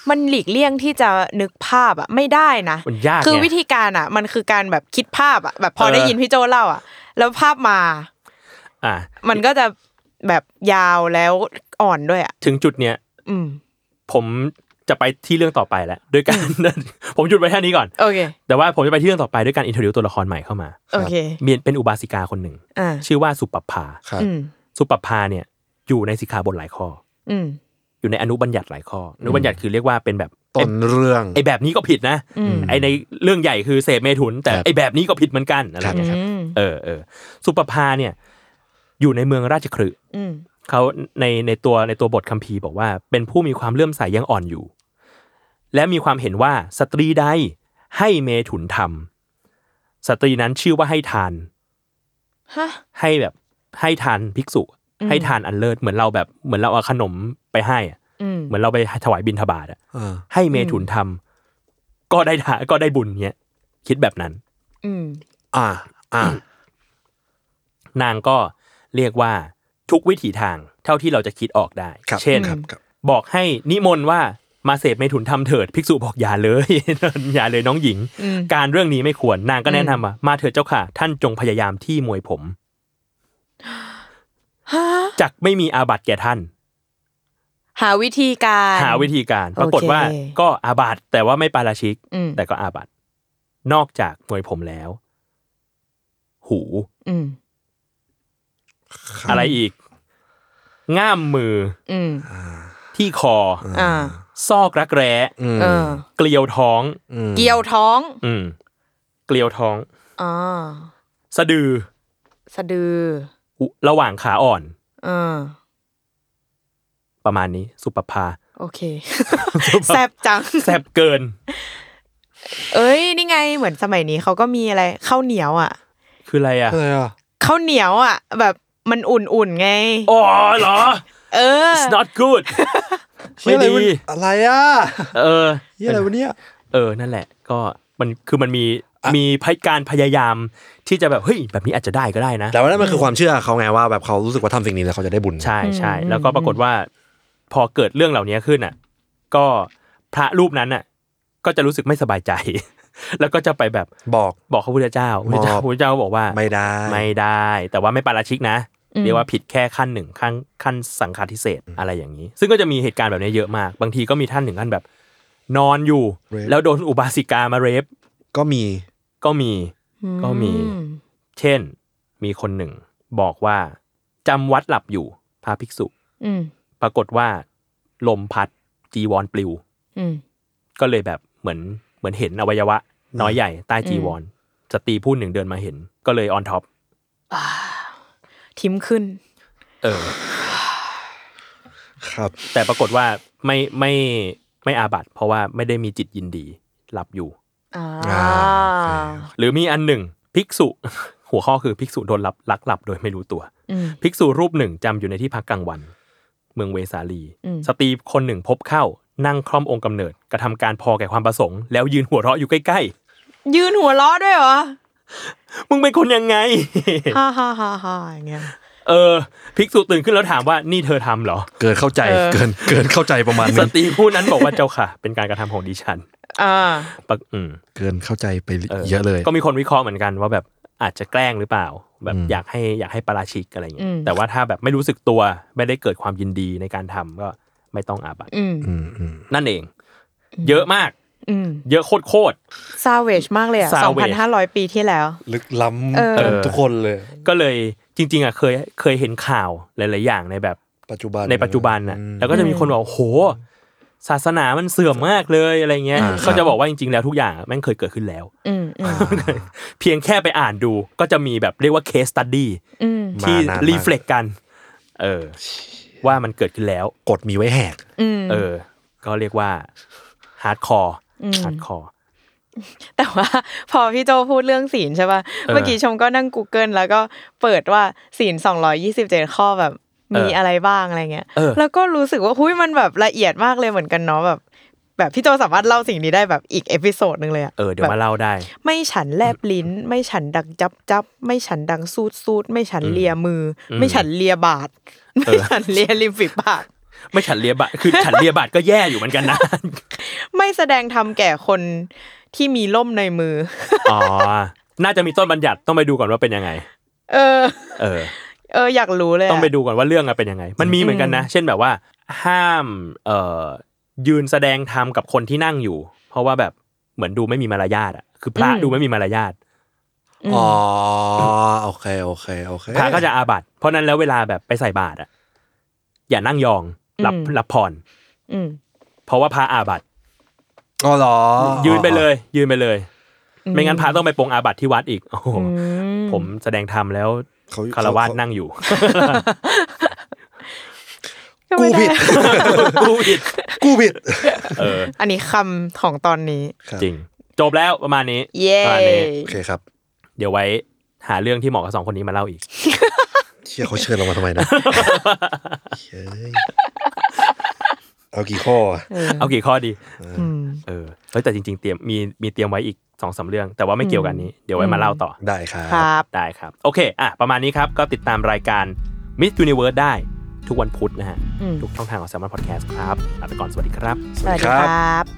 S3: มันหลีกเลี่ยงที่จะนึกภาพอ่ะไม่ได้นะ
S2: มันยาก
S3: คือ
S2: ไง
S3: วิธีการอ่ะ มันคือการแบบคิดภาพอ่ะแบบพอ
S2: เออ
S3: ได้ยินพี่โจเล่าอ่ะ แล้วภาพมา
S2: อ่ะ
S3: มันก็จะแบบยาวแล้วอ่อนด้วยอ่ะ
S2: ถึงจุดเนี้ย
S3: อืม
S2: ผมจะไปที่เรื่องต่อไปแล้วด้วยการ ผมหยุดไว้แค่นี้ก่อน
S3: โอเค
S2: แต่ว่าผมจะไปที่เรื่องต่อไปด้วยการอินเทอร์วิวตัวละครใหม่เข้ามา
S3: โอเค
S2: มีเป็นอุบาสิกาคนหนึ่ง
S3: อ่า
S2: ชื่อว่าสุปปภา
S1: ครับ
S3: อืม
S2: สุปปภาเนี่ยอยู่ในสิกขาบทหลายข้อ
S3: อืม
S2: อยู่ในอนุบัญญัติหลายข้ออนุบัญญัติคือเรียกว่าเป็นแบบ
S1: ต้นเรื่อง
S2: ไอแบบนี้ก็ผิดนะ
S3: อืม
S2: ไอในเรื่องใหญ่คือเสพเมถุน แต่
S1: ครับ
S2: ไอแบบนี้ก็ผิดเหมือนกันอะไรอย่างเงี้ยครับ
S3: อืม
S2: เออเออสุปปภาเนี่ยอยู่ในเมืองราชคฤห์
S3: อืม
S2: เขาในในตัวในตัวบทคัมภีร์บอกว่า เป็นผู้มีความเลื่อมใสยังอ่อนอยู่ และมีความเห็นว่าสตรีใดให้เมถุนทำสตรีนั้นชื่อว่าให้ทาน
S3: ฮะ
S2: ให้แบบให้ทานภิกษุ ให้ทานอันเลิศเหมือนเราแบบเหมือนเราเอาขนมไปให้อะ
S3: อืม
S2: เหมือนเราไปถวายบิณฑบาตอะ
S1: เออ
S2: ให้เมถุนทำก็ได้ทาก็ได้บุญเนี้ยคิดแบบนั้น
S3: อืม
S1: อ่า อ่าน
S2: างก็เรียกว่าทุกวิถีทางเท่าที่เราจะคิดออกได้
S1: ครับ
S2: เช่น
S1: ครับครับ
S2: บอกให้นิมนต์ว่ามาเสพเมถุนทำเถิด ภิกษุบอกอย่าเลย อย่าเลยน้องหญิง
S3: อืม
S2: การเรื่องนี้ไม่ควรนางก็แนะนำว่ามาเถิดเจ้าค่ะ ท่านจงพยายามที่มวยผม
S3: ฮะ
S2: จักไม่มีอาบัติแก่ท่าน
S3: หาวิธีการ
S2: หาวิธีการ
S3: โอเค
S2: ปรากฏว่าก็อาบัติแต่ว่าไม่ปาราชิก
S3: อืม
S2: แต่ก็อาบัตินอกจากมวยผมแล้ว หู
S3: อืม
S1: ครับ
S2: อะไรอีก ง่ามมือ
S3: อืม
S1: อ่า
S2: ที่คออ
S3: อ่า
S2: ซอกรักแร้
S1: อืม
S3: เออ
S2: เกลียวท้อง
S1: ม
S3: เกี่ยวท้อง
S2: อืม เกลียวท้อง
S3: อ๋อ
S2: สะดือ
S3: สะดือ
S2: อุระหว่างขาอ่อน
S3: อ่า
S2: ประมาณนี้สุปภา
S3: โอเค แซบจัง
S2: แซบเกิน
S3: เอ้ย นี่ไง เหมือนสมัยนี้เขาก็มีอะไรข้าวเหนียวอ่ะ
S2: คืออะไรอ่ะ
S1: อะไรอ่ะ
S3: ข้าวเหนียวอ่ะ แบบมันอุ่นๆไง
S2: อ๋อเหรอ
S3: เออ
S2: it's not good
S1: เหี้
S2: ไม่
S1: ยอะไร
S2: ดี
S1: วะอะไรอ่ะ
S2: เออ
S1: เฮียอะไรวะเนี่ย
S2: เออ นั่นแหละ ก็มันคือมันมี
S1: อ่ะ
S2: มีพยการพยายามที่จะแบบ เฮ้ย แบบนี้อาจจะได้ก็ได้นะ
S1: แต่ว่านั่นมันคือความเชื่อเขาไงว่าแบบเขารู้สึกว่าทำสิ่งนี้แล้วเขาจะได้บุญ
S2: ใช่ใช่
S3: อืม
S2: แล้วก็ปรากฏว่า พอเกิดเรื่องเหล่านี้ขึ้นอ่ะ ก็พระรูปนั้นอ่ะ ก็จะรู้สึกไม่สบายใจ แล้วก็จะไปแบบ
S1: บอก
S2: บอกพระพุทธเจ้าพระพุทธเจ้า
S1: บอก
S2: พระพุทธเจ้าก็บอกว่า
S1: ไม่ได้
S2: ไม่ได้ แต่ว่าไม่ปาราชิกนะ
S3: อืม
S2: เรียกว่าผิดแค่ขั้นหนึ่งขั้นขั้นสังฆาทิเศษอะไรอย่างนี้ ซึ่งก็จะมีเหตุการณ์แบบนี้เยอะมาก บางทีก็มีท่านหนึ่งท่านแบบ นอนอยู่ แล้วโดนอุบาสิกามาเรฟ
S1: ก็มี
S2: ก็มี ก็มี
S3: อื
S2: เช่น มีคนหนึ่งบอกว่าจำวัดหลับอยู่พระภิกษุ
S3: อืม
S2: ปรากฏว่า ลมพัดจีวรปลิว
S3: อืม
S2: ก็เลยแบบเหมือนเหมือนเห็นอวัยวะ น้อยใหญ่ใต้จีวรสตรีผู้หนึ่งเดินมาเห็น ก็เลยออนท็อป
S3: ทิมขึ้น
S2: เออ
S1: ครับ
S2: แต่ปรากฏว่าไม่ไม่ไม่อาบัติเพราะว่าไม่ได้มีจิตยินดีหลับอยู่
S3: อ่า
S1: อ่า
S2: หรือมีอันหนึ่ง ภิกษุ หัวข้อคือภิกษุโดนลับลักหลับโดยไม่รู้ตัว
S3: อืม
S2: ภิกษุรูปหนึ่งจำอยู่ในที่พักกลางวัน เมืองเวสาลี
S3: อืม
S2: สตรีคนหนึ่งพบเข้า นั่งคล่อมองค์กำเนิดกระทำการพอแก่ความประสงค์ แล้วยืนหัวเราะอยู่ใกล้
S3: ยืนหัวล้อด้วยเหรอ
S2: ๆ มึงเป็นคนยัง ไง
S3: ฮ่าฮ่าฮ่าฮ่าอย่างเงี้ย
S2: เออ ภิกษุตื่นขึ้นแล้วถามว่านี่เธอทำ เหรอ
S1: เกินเข้าใจ
S3: เออ
S1: เกินเกินเข้าใจประมาณ
S2: ส
S1: นึง
S2: ตรีผู้นั้นบอกว่าเจ้าค่ะ เป็นการกระทำของดิฉัน
S3: อ่า
S2: ปะอืม
S1: เกินเข้าใจไปเยอะเลย
S2: ก็มีคนวิเคราะห์เหมือนกันว่าแบบอาจจะแกล้งหรือเปล่า แบบ
S1: อืม
S2: อยากให้อยากให้ปาราชิกอะไรอย่างเงี้
S3: อื
S2: ย
S3: ม
S2: แต่ว่าถ้าแบบไม่รู้สึกตัวไม่ได้เกิดความยินดีในการทำก็ไม่ต้องอาบัติ
S3: อืม
S1: อืมอืม
S2: นั่นเอง เยอะมาก
S3: อืม
S2: เยอะโคตร
S3: ซาเวจมากเลยอ่ะ
S2: Savage
S3: สองพันห้าร้อยปีที่แล้ว
S1: ลึกล้
S3: เออ
S1: ำกันทุกคนเลย
S2: ๆก็เลยจริง ๆอ่ะเคยเคยเห็นข่าวหลาย ๆ อย่างในแบบ
S1: ปัจจุบัน
S2: ในปัจจุบันน่ะ
S1: ม
S2: แล้วก็จะมีคนบอกโอ้โห ศาสนามันเสื่อมมากเลยอะไรเงี้ย
S1: อ่า
S2: ก็
S1: ครั
S2: จะ
S1: บ
S2: บอกว่าจริง ๆ แล้วทุกอย่างแม่งเคยเกิดขึ้นแล้ว
S3: อืมอืม
S2: เพียงแค่ไปอ่านดูก็จะมีแบบเรียกว่าเคสตัดดี้
S3: อืม
S2: ที่
S1: มานานมาก
S2: รีเฟล็กกัน เออ ว่ามันเกิดขึ้นแล้ว
S1: กฎมีไว้แหก
S3: อืม
S2: เออ ก็เรียกว่าฮาร์ดคอร์
S3: อืม
S2: ฮาร์ดคอร์
S3: แต่ว่า พอพี่โจพูดเรื่องศีลใช่ป่ะ
S2: ออ
S3: เมื่อกี้ชมก็นั่ง Google แล้วก็เปิดว่าศีล227 ข้อแบบมี
S2: เอออ
S3: อะไรบ้างอะไรเงี้ย
S2: เออ
S3: แล้วก็รู้สึกว่าหุ้ยมันแบบละเอียดมากเลยเหมือนกันเนาะแบบ แบบพี่โจสามารถเล่าสิ่งนี้ได้แบบอีกเอพิโซดหนึ่งเลยอะ
S2: เออ เดี๋ยวมา
S3: แบบ
S2: เล่าได้
S3: ไม่ฉันแลบ ลิ้น ไม่ฉันดังจับจับไม่ฉันดังซูดซูดไม่ฉันเลียมืออ
S2: ม
S3: ไม่ฉันเลียบาด
S2: เอ
S3: ไม่
S2: อ
S3: ฉันเลียริมฝีปาก
S2: ไม่ฉันเลียบาทคือ ฉันเลียบาทก็แย่อยู่เหมือนกันนะ
S3: ไม่แสดงธรรมแก่คนที่มีล่มในมือ
S2: อ๋อ น่าจะมีต้นบัญญัติต้องไปดูก่อนว่าเป็นยังไง
S3: เออ
S2: เออ
S3: เอออยากรู้เลยะ
S2: ต้องไปดูก่อนว่าเรื่องอะเป็นยังไง มันมีเหมือนกันนะ เช่นแบบว่า ห้ามเอ่อยืนแสดงธรรมกับคนที่นั่งอยู่ เพราะว่าแบบเหมือนดูไม่มีมารยาทอะคือพระ
S3: อืม
S2: ดูไม่มีมารยาท
S1: อ๋อ โอเค โอเค โอเค
S2: พระก็จะอาบัติ เพราะนั้นแล้วเวลาแบบไปใส่บาตรอะอย่านั่งยอง รับ
S3: อืม
S2: รับพร
S3: อืม
S2: เพราะว่าพระอาบัติ
S1: อ๋อเหรอ
S2: ยืนไปเลย ยืนไปเลย ไม่งั้นพระต้องไปปรงอาบัติที่วัดอีกโอ้โห
S3: อื
S2: ผมแสดงธรรมแล้ว
S1: เขเข
S2: คารวาสนั่งอยู่
S3: ก็
S1: กู
S3: ไม่ไ
S1: ผิด
S2: กูผิด
S1: กูผิด
S2: เออ
S3: อันนี้คำของตอนนี้
S1: ครับ
S2: จริง จบแล้วประมาณนี้
S3: เย้
S2: ประมาณนี้
S1: โอเคครับ
S2: เดี๋ยวไว้หาเรื่องที่เหมาะกับสองคนนี้มาเล่าอีก
S1: เชี่ยเขาเชิญเรามาทำไม นะเชี่ยเอ้ยเอากี่ข้ออะ
S3: เออ
S2: เอากี่ข้อดี
S3: อืม
S2: เออเฮ้ยแต่จริง ๆ เตรียมมีมีเตรียมไว้อีกสองสามเรื่อง แต่ว่าไม่เกี่ยวกันนี้ เดี๋ยวไว้มาเล่าต่อ
S1: ได้ครับ
S3: ครับ
S2: ได้ครับ โอเค อ่ะ ประมาณนี้ครับ ก็ติดตามรายการ Miss Universe ได้ทุกวันพุธนะฮะ
S3: อืม
S2: ทุกช่องทางของ s ซ l m o n Podcast ครับลาไปก่อน สวัสดีครับ
S3: สวัสดีครับ